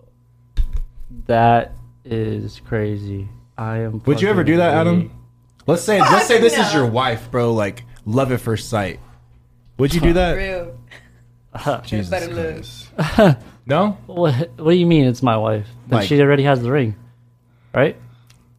B: that is crazy. I am.
C: Would you ever do that,
B: fucking
C: Adam? Let's say let's say this is
D: no.
C: your wife, bro. Like love at first sight. Would you do that?
D: Real.
C: Jesus
D: Better look.
C: Christ.
B: <laughs>
C: no.
B: What What do you mean? It's my wife. Then
C: Like-
B: she already has the ring, right?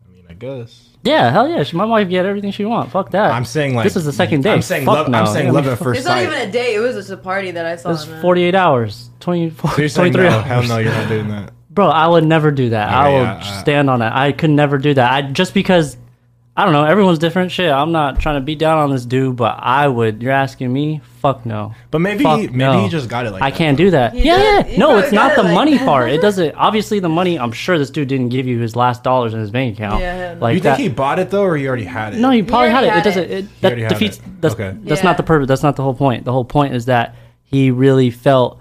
C: I mean, I guess.
B: Yeah, hell yeah. She, my wife get everything she want. Fuck that.
C: I'm saying like
B: this is the second day.
C: I'm saying
B: Fuck
C: love.
B: no.
C: I'm saying
B: Yeah,
C: love
B: I mean,
C: at first
D: It's not
C: sight.
D: even a date. It was just a party that I saw.
B: It's
D: him at.
B: 48 hours, 24,
C: You're
B: 23
C: saying no.
B: hours.
C: Hell no, you're not
B: <laughs>
C: doing that.
B: Bro, I would never do that. I
C: Okay,
B: will
C: yeah, I-
B: stand on it. I could never do that. I just because I don't know. Everyone's different. Shit, I'm not trying to beat down on this dude, but I would. You're asking me? Fuck no.
C: But maybe
B: Fuck
C: maybe
B: no.
C: he just got it like
B: I
C: that.
B: can't do that.
D: You
B: yeah,
D: did-
B: yeah.
D: you
B: No,
D: probably
B: it's
D: got
B: not
D: it
B: the
D: like
B: money
D: that.
B: part. It doesn't. Obviously, the money. I'm sure this dude didn't give you his last dollars in his bank account.
D: Yeah, hell no.
B: like
C: You
B: that.
C: think he bought it though, or he already had it?
B: No, he probably had
D: already
B: it.
D: had
B: it doesn't.
D: it.
B: It,
C: already
B: that
C: had
B: defeats.
C: it.
B: That's,
C: Okay.
B: that's
D: Yeah.
B: not the purpose. That's not the whole point. The whole point is that he really felt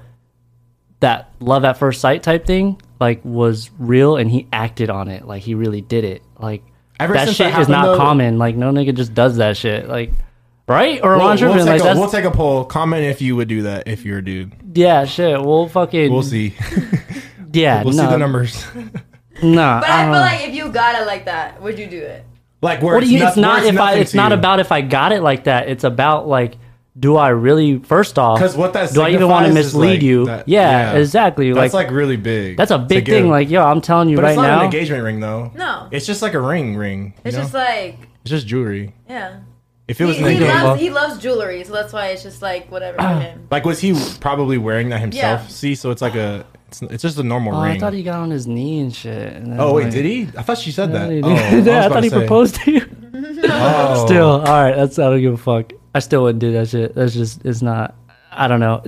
B: that love at first sight type thing like was real, and he acted on it. Like he really did it. Like
C: Ever
B: that
C: since
B: shit
C: that
B: is
C: happened,
B: not
C: though-
B: common. Like no nigga just does that shit. Like right or
C: We'll,
B: am I
C: we'll
B: tripping?
C: take
B: like
C: a,
B: that's
C: we'll take a poll. Comment if you would do that if you're a dude.
B: yeah shit. We'll fucking
C: We'll see. <laughs>
B: yeah.
C: We'll
B: no,
C: see the numbers. <laughs>
B: Nah, uh-huh.
D: But I
B: don't
D: feel
B: know.
D: like if you got it like that, would you do it?
C: like where
B: What do you?
C: noth-
B: It's not
C: where
B: if I.
C: nothing
B: It's
C: to
B: not
C: you.
B: about if I got it like that. It's about like, do I really? First off,
C: 'Cause what that
B: do I even want to
C: signifies is,
B: mislead
C: like,
B: you?
C: that-
B: yeah,
C: yeah.
B: exactly.
C: That's
B: like,
C: like really big.
B: that's a
C: to
B: big
C: give.
B: thing. Like yo, I'm telling you
C: but
B: right
C: it's not an
B: now.
C: engagement ring though.
D: No.
C: it's just like a ring. Ring.
D: It's just
C: like
D: like,
C: it's just jewelry.
D: yeah.
C: If it
D: He,
C: was an
D: he
B: naked.
C: engagement,
D: loves he loves jewelry, so that's why it's just
B: <clears throat>
D: like whatever for him.
C: like was he probably wearing that himself?
D: Yeah.
C: See, so it's like a. It's, it's just a normal
B: Oh, I
C: ring.
B: thought he got on his knee and shit. and then,
C: oh
B: <laughs>
C: wait,
B: like-
C: did he? I thought she said
B: Yeah,
C: that.
B: he did. <laughs>
C: Oh, was
B: yeah, I,
C: about
B: thought
C: to
B: he
C: say.
B: proposed to you.
C: Oh.
B: <laughs> Still, all right. That's I don't give a fuck. I still wouldn't do that shit. That's just it's not. I don't know.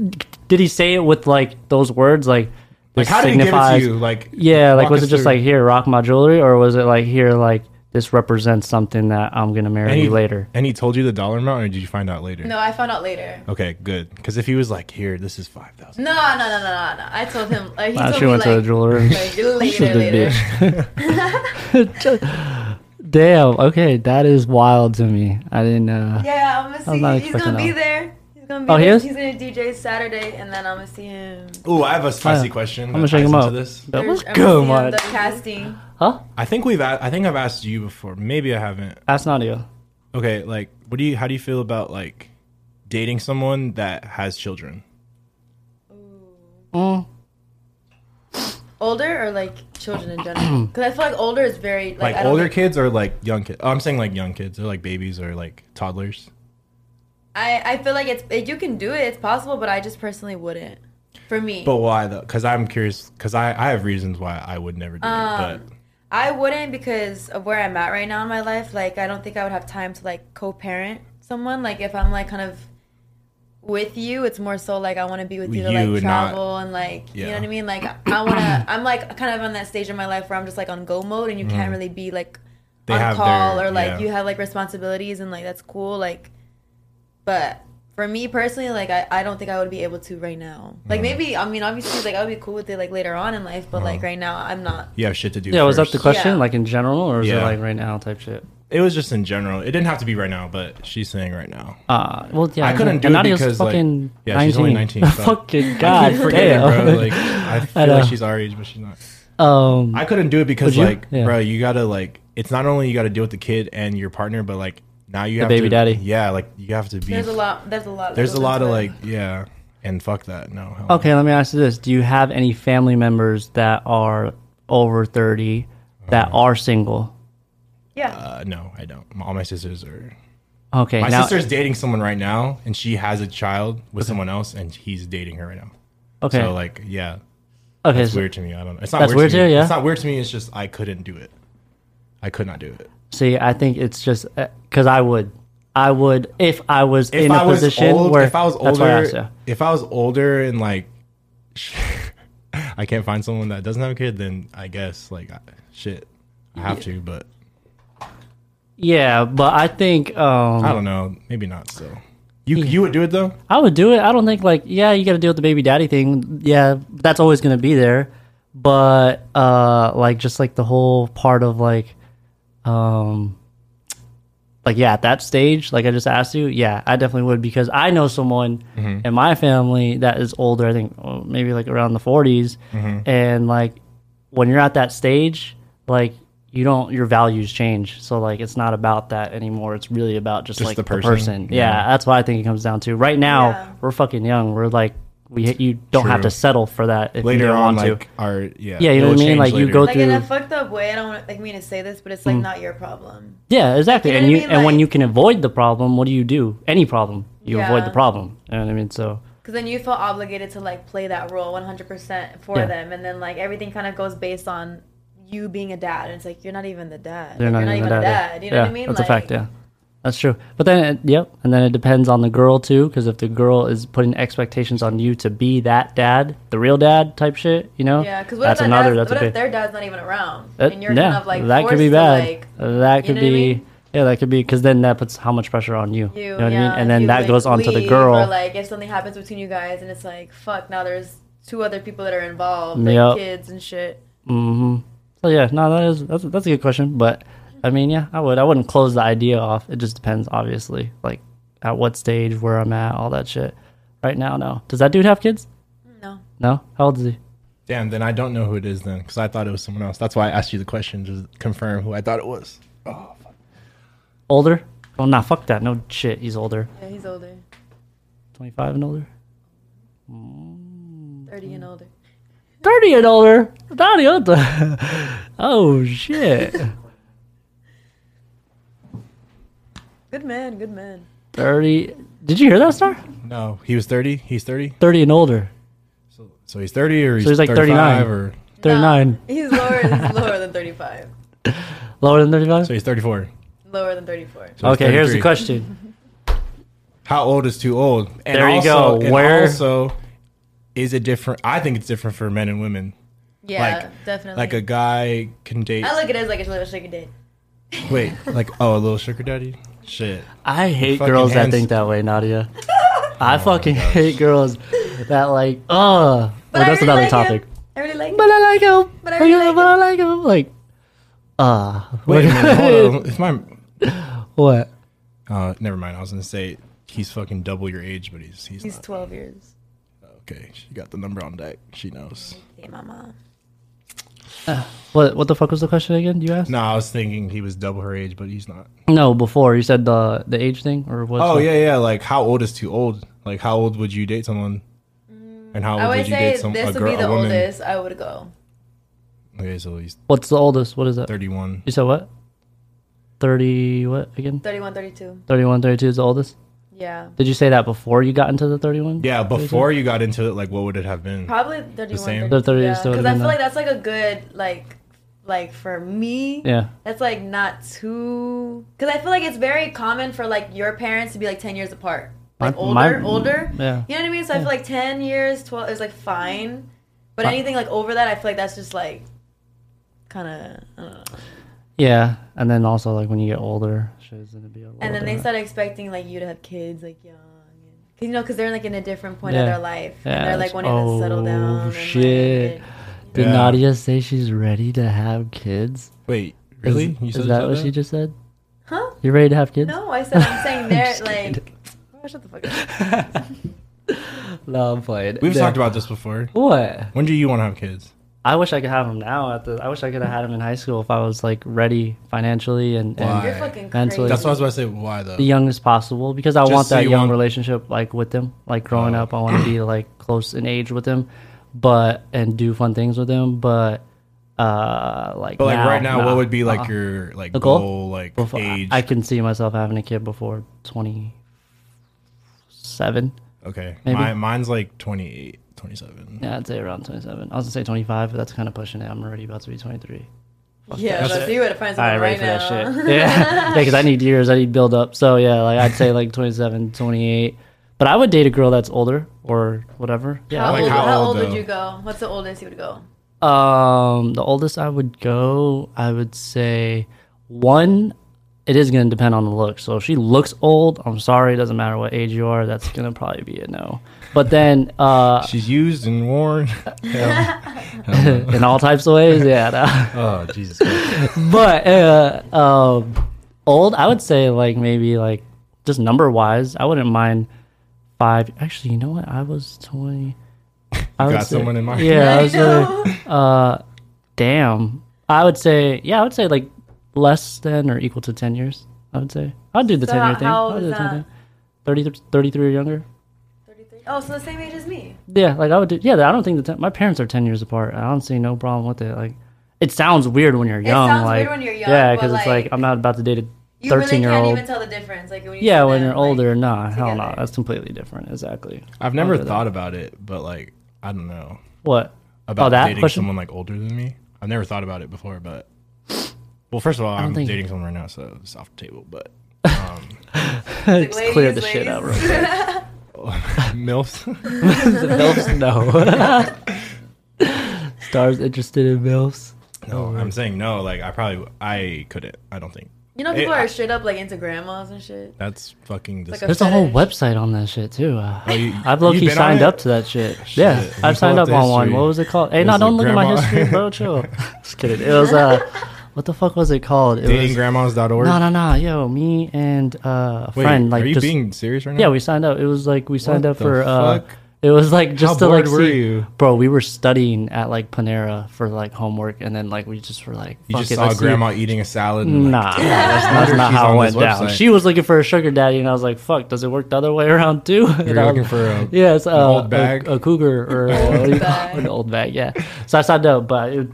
B: Did he say it with like those words like?
C: Like
B: this
C: how did he give it to
B: signifies-
C: you? Like
B: Yeah, like
C: walk
B: was it
C: us
B: just
C: through.
B: like here, rock my jewelry, or was it like here, like this represents something that I'm gonna marry
C: and he,
B: you later?
C: And he told you the dollar amount, or did you find out later?
D: No, I found out later.
C: Okay, good. Because if he was like, here, this is five thousand.
D: No, no, no, no, no, no. I told him. Like, he
B: Ah,
D: told
B: she
D: me
B: went to
D: like,
B: the <laughs> jewelry.
D: like, later, later. <laughs>
B: <laughs> Damn. Okay, that is wild to me. I didn't. Uh,
D: Yeah, I'm
B: I'm
D: gonna
B: not
D: see. He's gonna
B: expecting
D: be
B: that.
D: there. He's gonna be.
B: Oh, he
D: there.
B: is?
D: He's gonna DJ Saturday, and then I'm gonna see him.
C: Ooh, I have a spicy
B: Yeah.
C: question.
B: I'm gonna Uh, shake him up. But
D: There's-
B: Let's
D: I'm gonna
B: go,
D: see him
B: man.
D: The casting.
C: I think we've. a- I think I've asked you before. Maybe I haven't.
B: That's not you.
C: Okay, like, what do you? How do you feel about like dating someone that has children?
D: Older or like children
B: <clears throat>
D: in general? Because I feel like older is very like,
C: Like
D: I don't
C: older
D: think-
C: kids or like young kids? Oh, I'm saying like young kids or like babies or like toddlers.
D: I I feel like it's it, you can do it. It's possible, but I just personally wouldn't. For me,
C: But why though? Because I'm curious. Because I I have reasons why I would never do it.
D: Um,
C: But
D: I wouldn't because of where I'm at right now in my life. Like, I don't think I would have time to like co-parent someone. Like, if I'm like kind of with you, it's more so like I want to be with you,
C: You
D: to
C: and
D: like
C: not-
D: travel and like you know
C: Yeah.
D: what I mean. Like, I want to. I'm like kind of on that stage in my life where I'm just like on go mode, and you can't really be
C: Mm.
D: like
C: They
D: on
C: have
D: call
C: their-
D: or like
C: yeah.
D: you have like responsibilities and like that's cool. Like, but for me personally, like I, I don't think I would be able to right now.
C: Mm.
D: Like maybe I mean obviously like I would be cool with it like later on in life, but
C: Uh-huh.
D: like right now I'm not.
C: you have shit to do.
B: Yeah, was that the
C: first.
B: question?
D: Yeah.
B: Like in general, or is it
C: Yeah.
B: like right now type shit?
C: It was just in general. It didn't have to be right now, but she's saying right now.
B: Uh, well, yeah,
C: I couldn't do it
B: Nadia's
C: because, like-
B: fucking
C: yeah, she's only
B: <laughs>
C: 19, so-
B: fucking god,
C: I keep forgetting,
B: Ah, damn.
C: bro. Like I feel
B: know.
C: like she's our age, but she's not.
B: <laughs> um,
C: I couldn't do it because
B: Would you?
C: like,
B: Yeah.
C: bro, you gotta like. It's not only you gotta deal with the kid and your partner, but like now you have
B: baby
C: to,
B: daddy.
C: Yeah, like you have to be.
D: There's a lot. There's a lot. that
C: There's
D: goes
C: a lot
D: into
C: of
D: it.
C: like, yeah, and fuck that. No. hell no.
B: okay, let me ask you this: Do you have any family members that are over thirty that
C: Uh-huh.
B: are single?
D: Yeah.
C: Uh, no, I don't. All my sisters are.
B: Okay,
C: My
B: now
C: sister's dating someone right now, and she has a child with someone else, and he's dating her right now.
B: okay,
C: So like, yeah,
B: okay,
C: it's
B: so,
C: weird to me. I don't know. It's not
B: That's
C: weird, to
B: weird
C: me.
B: too, yeah.
C: It's not weird to me. It's just I couldn't do it. I could not do it.
B: see, I think it's just because I would, I would if I was
C: If
B: in a
C: I was
B: position
C: old,
B: where
C: if I was
B: that's why I asked
C: older,
B: you.
C: if I was older and like, <laughs> I can't find someone that doesn't have a kid, then I guess like, I- shit, I have to. But
B: Yeah, but I think um,
C: I don't know. Maybe not. So you you would do it though.
B: I would do it. I don't think like yeah, you got to deal with the baby daddy thing. Yeah, that's always gonna be there. But uh, like just like the whole part of like, um, like yeah, at that stage, like I just asked you, yeah, I definitely would because I know someone
C: Mm-hmm.
B: in my family that is older. I think oh, maybe like around the 40s
C: Mm-hmm.
B: and like when you're at that stage, like. You don't. Your values change, so like it's not about that anymore. It's really about just,
C: Just
B: like
C: the
B: the person.
C: person.
B: Yeah,
C: Yeah.
B: that's what I think it comes down to. Right now,
D: Yeah.
B: we're fucking young. We're like, we you don't have to
C: True.
B: settle for that if you
C: Later
B: don't
C: on,
B: want
C: like
B: to.
C: our yeah,
B: Yeah, you know
C: it'll
B: what I mean?
C: change
B: Like, you go
D: like in a
B: through-
D: fucked up way. I don't like mean to say this, but it's
B: Mm.
D: like not your problem.
B: Yeah, exactly.
D: You know
B: and
D: what
B: you
D: I mean?
B: and when
D: Like-
B: you can avoid the problem, what do you do? Any problem, you avoid
D: Yeah.
B: the problem. You know what I mean? So
D: Because then you feel obligated to like play that role 100% for
B: Yeah.
D: them, and then like everything kind of goes based on you being a dad, and it's like you're not even the dad.
B: they're
D: Like,
B: not,
D: you're
B: even
D: a
B: that. uh,
D: dad. You know
B: yeah,
D: what I mean?
B: that's
D: like,
B: a fact. Yeah, that's true. But then, it- yep. And then it depends on the girl too, because if the girl is putting expectations on you to be that dad, the real dad type shit, you know,
D: Yeah. Because what
B: that's
D: if that
B: another.
D: dad's-
B: That's
D: what
B: a
D: if
B: big.
D: their dad's not even around,
B: That-
D: and you're
B: yeah,
D: kind of like
B: that could be
D: forced
B: bad. Uh,
D: To, like,
B: that
D: you
B: could
D: know what I
B: be
D: mean?
B: yeah, that could be because then that puts how much pressure on you.
D: you,
B: know what
D: yeah,
B: I mean? And
D: if
B: then
D: you,
B: that
D: like,
B: goes on to the
D: leave,
B: girl.
D: Or like if something happens between you guys, and it's like fuck, now there's two other people that are involved, like
B: Yep.
D: kids and shit.
B: so yeah, no, that is that's that's a good question, but I mean, yeah, I would I wouldn't close the idea off. It just depends, obviously, like at what stage, where I'm at, all that shit. Right now, no. Does that dude have kids?
D: No.
B: No. How old is he?
C: Damn, then I don't know who it is then, because I thought it was someone else. That's why I asked you the question to confirm who I thought it was.
B: Older? Well, nah, fuck that. No shit. He's older.
D: Yeah, he's older.
B: Twenty five and older.
D: 30 and older.
B: Thirty and older. Daddy, what the? <laughs> oh shit.
D: Good man, good man.
B: Thirty. Did you hear that, Star?
C: No, he was thirty. He's thirty.
B: Thirty and older.
C: So he's thirty, or he's,
B: he's like
C: 35
B: 39.
C: or
B: Thirty nine.
D: He's lower he's lower than 35.
B: Lower than thirty five.
C: so he's thirty-four.
D: Lower than 34.
C: So he's
B: okay, here's the
C: 33.
B: question.
C: How old is too old? And
B: There you
C: also,
B: go.
C: and
B: Where-
C: also is it different? I think it's different for men and women.
D: Yeah,
C: like,
D: definitely.
C: Like a guy can date.
D: I look at it as like a little shaky dick. <laughs>
C: wait, like oh, a little sugar daddy. Shit.
B: I hate
C: Fucking
B: girls that
C: hands-
B: think that way, <laughs> Nadia. I fucking hate girls that like, uh
D: But
B: well,
D: I
B: that's
D: really
B: another
D: like
B: topic.
D: him. I really like
C: uh,
B: But I like him. But
D: I really like
B: I like him. Like, uh,
C: Wait a minute. Hold on. If my
B: what?
C: uh, never mind. I was gonna say he's fucking double your age, but he's he's,
D: He's
C: not.
D: 12 years.
C: okay. She got the number on deck. She knows.
D: Hey, mama.
B: What? What the fuck was the question again? You asked?
C: No, I was thinking he was double her age, but he's not.
B: No, before you said the the age thing or what?
C: Oh yeah, yeah. Like how old is too old? Like how old would you date someone? And how
D: Mm,
C: old
D: I would
C: Oh, would you
D: say
C: date some
D: this
C: a
D: would
C: girl,
D: be the
C: a woman?
D: oldest I would go.
C: Okay, so he's
B: What's the oldest? What is that?
C: 31.
B: You said what? 30, what again?
D: 31, 32.
B: 31, 32 is the oldest?
D: Yeah.
B: Did you say that before you got into the 31?
C: Yeah, before you got into it, like, what would it have been?
D: Probably 31.
C: same.
D: 32,
B: The 30 is
D: yeah.
B: still
D: Cuz
B: would've
D: I
B: been
D: feel
B: the-
D: like that's like a good like like for me.
B: Yeah.
D: That's like not too cuz I feel like it's very common for like your parents to be like 10 years apart. Like older,
B: My- my-
D: older.
B: yeah.
D: You know what I mean? So I feel like 10 years, 12 is like fine. But anything like over that, I feel like that's just like kind of I don't know.
B: Yeah. And then also, like, when you get older, shit's going to be a little
D: And then they
B: different.
D: started expecting like you to have kids like young, and- cause you know, cause they're like in a different point
B: Yeah.
D: of their life.
B: Yeah,
D: and they're
B: it's-
D: like wanting to settle
B: oh,
D: down. and, like,
B: shit.
D: get-
B: Did
C: Yeah.
B: Nadia say she's ready to have kids?
C: Wait,
B: Is-
C: really?
B: Is,
C: said
B: that what
C: said
B: she just said?
D: Huh?
B: You ready to have kids?
D: No, I said
B: <laughs>
D: I'm saying they're
B: just
D: like. <laughs>
B: kidding.
D: Oh, shut the fuck up.
B: No, I'm playing.
C: We've
B: Yeah.
C: talked about this before.
B: What?
C: When do you want to have kids?
B: I wish I could have them now. At the, I wish I could have had them in high school if I was like ready financially and,
C: Why?
B: and
D: You're fucking
B: That's
D: crazy.
B: what-
C: That's what I was about to say. Why, though?
B: the young as possible because I
C: Just
B: want
C: so
B: that
C: you
B: young
C: want- Oh.
B: relationship like with them. Like growing up, I want to
C: <clears throat>
B: be like close in age with them, but and do fun things with them. But uh, like,
C: But, like, right now,
B: nah.
C: what would be, like, your, like,
B: The
C: goal,
B: goal?
C: like,
B: Before- I-
C: age?
B: I can see myself having a kid before twenty seven.
C: okay.
B: Maybe.
C: My, mine's, like, 28, 27.
B: Yeah, I'd say around twenty seven. I was gonna say twenty five, but that's kind of pushing it. I'm already about to be twenty three.
D: Yeah, so you would have find
B: All right,
D: someone
B: ready for
D: right now.
B: that shit. <laughs> Yeah, because I need years. I need build up. So yeah, like I'd say like 27, 28. But I would date a girl that's older or whatever.
D: How,
B: Yeah.
C: Like
D: old,
C: how
D: how
C: old,
D: old would
C: though?
D: you go? What's the oldest you would go?
B: Um, the oldest I would go, I would say one. It is going to depend on the look. So if she looks old, I'm sorry, it doesn't matter what age you are. That's going to probably be a no. But then, uh,
C: She's used and worn. <laughs>
B: in all types of ways, yeah. no.
C: oh, Jesus
B: <laughs>
C: Christ.
B: but uh, um, old, I would say like maybe like just number wise, I wouldn't mind five. Actually, you know what? I was twenty. I would
C: got
B: say-
C: someone in mind.
B: Yeah, I
D: <laughs>
B: was really,
D: know.
B: damn. I would say yeah. I would say like less than or equal to ten years. I would say I'd do the
D: So
B: ten year
D: how-
B: thing.
D: how
B: I'd
D: old
B: do
D: is
B: the 10-year
D: that?
B: thing. 30, 33 or younger.
D: 33? Oh, so the same age as me.
B: Yeah, like I would do. Yeah, I don't think the ten, my parents are ten years apart. I don't see no problem with it. Like, it sounds weird when you're young.
D: sounds
B: like,
D: weird when you're young,
B: yeah,
D: but,
B: because it's like
D: like,
B: I'm not about to date a
D: You really
B: thirteen year
D: can't
B: old.
D: even tell the difference. Like when you
B: Yeah,
D: see
B: when
D: them,
B: you're older,
D: like,
B: nah, hell no,
D: together.
B: that's completely different. Exactly.
C: I've never
B: do that.
C: thought about it, but, like, I don't know.
B: <laughs> What
C: About
B: oh, that
C: dating
B: question?
C: someone, like, older than me. I've never thought about it before, but. Well, first of all, I'm
B: think-
C: dating someone right now, so it's off the table,
B: <laughs>
C: but.
B: Just
D: Ladies,
B: clear the
D: ladies.
B: shit out. Real
D: <laughs>
B: quick.
C: MILFs?
B: milfs, no. <laughs> Stars interested in milfs.
C: No, I'm saying no. Like I probably I couldn't. I don't think
D: You know, people
C: Hey, I-
D: are straight up like into grandmas and shit.
C: that's fucking
D: like
C: disgusting.
D: a
B: There's a whole
D: fetish.
B: website on that shit too. Uh,
C: Oh, you-
B: I've low
C: you
B: key
C: been on
B: signed
C: it?
B: up to that shit. Yeah,
C: You pull
B: I've signed
C: up
B: up
C: the
B: on one.
C: history.
B: What was it called? Hey,
C: It's
B: no,
C: the
B: don't look at
C: grandma-
B: my history,
C: <laughs>
B: bro. Chill. Just kidding. It was uh, what the fuck was it called? It was
C: Datinggrandmas.org.
B: no, no, no. Yo, me and uh, a
C: Wait,
B: friend like
C: are you
B: just
C: being serious right now?
B: Yeah, we signed up. It was like we signed
C: What
B: up
C: the
B: for. Uh,
C: fuck?
B: it was like just
C: How
B: to like
C: bored were
B: see,
C: you?
B: bro. We were studying at like Panera for like homework, and then like we just were like,
C: you
B: fuck
C: just
B: it,
C: saw
B: let's see-
C: grandma eating a salad. And
B: Nah,
C: like,
B: that's, that's
C: wonder
B: not
C: she's
B: how
C: on
B: it
C: this
B: went down.
C: website.
B: She was looking for a sugar daddy, and I was like, "Fuck, does it work the other way around too?" <laughs> And
C: you're
B: I was-
C: looking for a
B: yeah, it's uh,
C: old
B: a-
C: bag?
B: a, cougar or
C: <laughs>
B: uh, what do you call it? an old bag. Yeah, so I signed up, but it,
C: you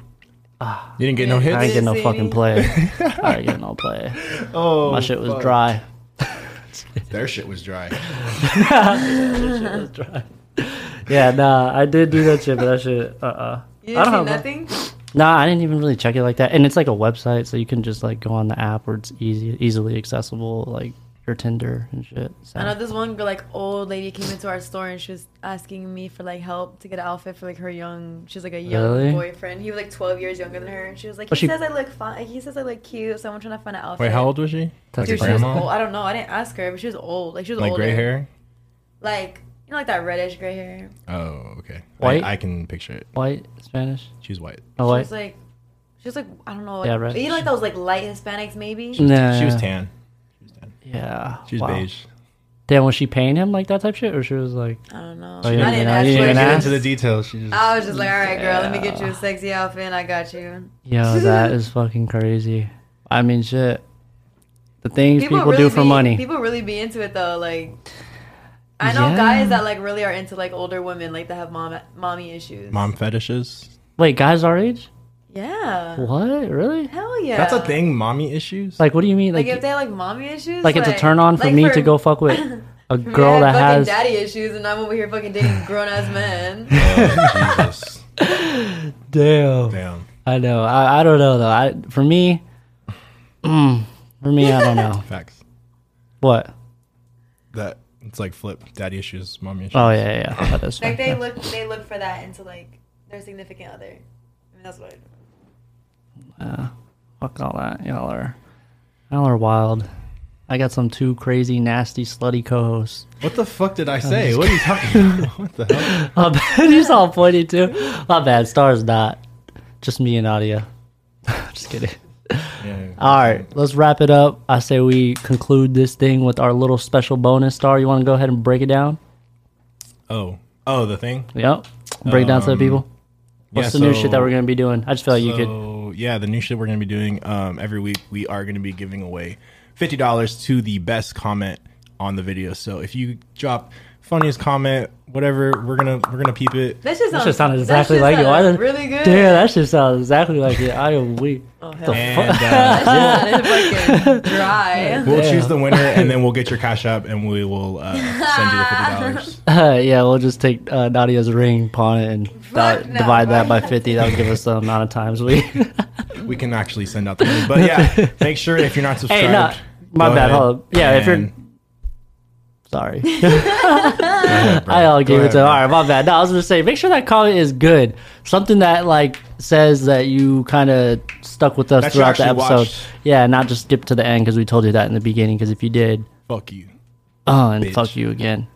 C: didn't get no
B: I ain't
C: hits.
B: getting no
D: Dizzy.
B: fucking
C: <laughs>
B: play. I ain't getting no play.
C: Oh,
B: My shit was
C: <laughs>
B: dry.
C: Their shit was
B: <laughs>
C: dry.
B: Yeah, nah, I did do that shit, but that shit, uh, uh
D: You
B: I
D: didn't
B: don't
D: see
B: have-
D: nothing.
B: Nah, I didn't even really check it like that. And it's like a website, so you can just like go on the app where it's easy, easily accessible, like your Tinder and shit. So-
D: I know this one girl, like old lady, came into our store and she was asking me for like help to get an outfit for like her young. She's like a young
B: Really?
D: boyfriend. He was like 12 years younger than her, and she was like, "He
B: But she-
D: says I look fine. He says I look cute." So I'm trying to find an outfit.
C: Wait, how old was she?
B: That's
C: like
D: Dude,
B: a
D: she was
C: grandma?
D: old. I don't know. I didn't ask her, but she was old. Like she was
C: Like
D: older.
C: gray hair?
D: Like you know, like that reddish gray hair.
C: Oh, okay.
B: White?
C: I, I can picture it.
B: white, Spanish,
C: She's white.
B: oh
D: She
B: white.
D: was like, she was like, I don't know. Like,
B: Yeah, red-
D: You know, like those like light Hispanics, maybe.
B: nah,
C: She was tan.
B: Yeah,
C: She was
B: wow.
C: beige.
B: Damn, was she paying him like that type shit, or she was like,
D: I don't know.
B: Oh, you didn't
D: I didn't
B: know-
D: ask
B: you didn't
D: her. She
B: even
D: was
B: ask?
C: Into the details. She just.
D: I was just like, all right, girl, let me get you a sexy outfit. and I got you.
B: "Yo, that is fucking crazy." I mean, shit. The things people, do for
D: be,
B: money.
D: People really be into it though. Like, I know
B: Yeah.
D: guys that like really are into like older women, like that have mom mommy issues.
C: Mom fetishes.
B: Wait, guys our age?
D: Yeah.
B: What? Really?
D: Hell yeah.
C: That's a thing, mommy issues.
B: Like, what do you mean?
D: Like,
B: Like,
D: if they have, like mommy issues,
B: like, it's a turn on for
D: like
B: me to go fuck with a
D: for me to
B: girl
D: have
B: that
D: fucking
B: has.
D: daddy issues, and I'm over here fucking dating grown
B: <laughs>
D: ass men.
C: Oh, <laughs> Jesus.
B: Damn.
C: Damn.
B: I know. I, I don't know though. I for me, mm, for me, I don't know
C: Facts.
B: what.
C: That it's like flip. Daddy issues, mommy issues.
B: Oh yeah, yeah, yeah. That is
F: Like
B: fine.
F: they look, they look for that into like their significant other. I mean, that's what. I
B: Fuck all that. Y'all are, y'all are wild. I got some two crazy, nasty, slutty co-hosts.
C: What the fuck did I say? What are you talking about? <laughs> What the hell?
B: My <laughs> bad. You saw pointing too. My bad. Star's not. Just me and Nadia. <laughs> Just kidding.
C: Yeah.
B: All right, let's wrap it up. I say we conclude this thing with our little special bonus star. You want to go ahead and break it down?
C: Oh. Oh, the thing.
B: Yep. Break it down to the people. What's the new shit that we're gonna be doing? I just feel like you could.
C: So yeah, the new shit we're gonna be doing um, every week. We are gonna be giving away fifty dollars to the best comment on the video. So if you drop funniest comment, whatever, we're gonna we're gonna peep it.
D: That just
B: That
D: sounds,
B: shit sounded
D: that
B: exactly
D: shit
B: like it. Why
D: sounded
B: does-
D: Really good. Oh.
B: Damn, that shit sounds exactly like it. I am
D: <laughs>
B: weak.
D: hell
B: the
D: yeah.
B: fuck? <laughs>
C: And uh,
D: That shit sounded fucking dry.
C: we'll
B: Yeah.
C: choose the winner, and then we'll get your cash up, and we will uh, send you the fifty dollars.
B: yeah, we'll just take uh, Nadia's ring, pawn it, and di-
F: no.
B: divide that by fifty. That'll give us the amount of times we. <laughs>
C: we can actually send out the money, but yeah, make sure if you're not subscribed.
B: hey, no, my
C: go
B: bad.
C: ahead
B: Hold up. Yeah, if you're.
C: and-
B: Sorry,
C: Go
B: <laughs>
C: ahead, bro.
B: I all
C: Go
B: gave it
C: ahead,
B: to.
C: bro.
B: All right, my bad. No, I was gonna say, make sure that comment is good. Something that like says that you kind of stuck with us
C: That you
B: throughout the
C: actually
B: episode.
C: watched.
B: Yeah, not just skip to the end because we told you that in the beginning. Because if you did,
C: Fuck you.
B: Oh, and
C: Bitch.
B: fuck you again.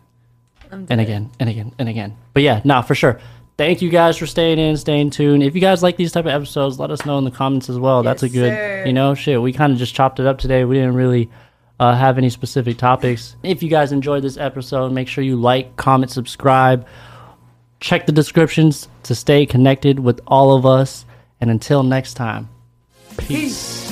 B: And again, and again, and again. But yeah, nah, for sure. Thank you guys for staying in, staying tuned. If you guys like these type of episodes, let us know in the comments as well. That's a
D: Yes,
B: good,
D: sir.
B: you know, shit. We kind of just chopped it up today. We didn't really uh, have any specific topics. If you guys enjoyed this episode, make sure you like, comment, subscribe. Check the descriptions to stay connected with all of us. And until next time, peace.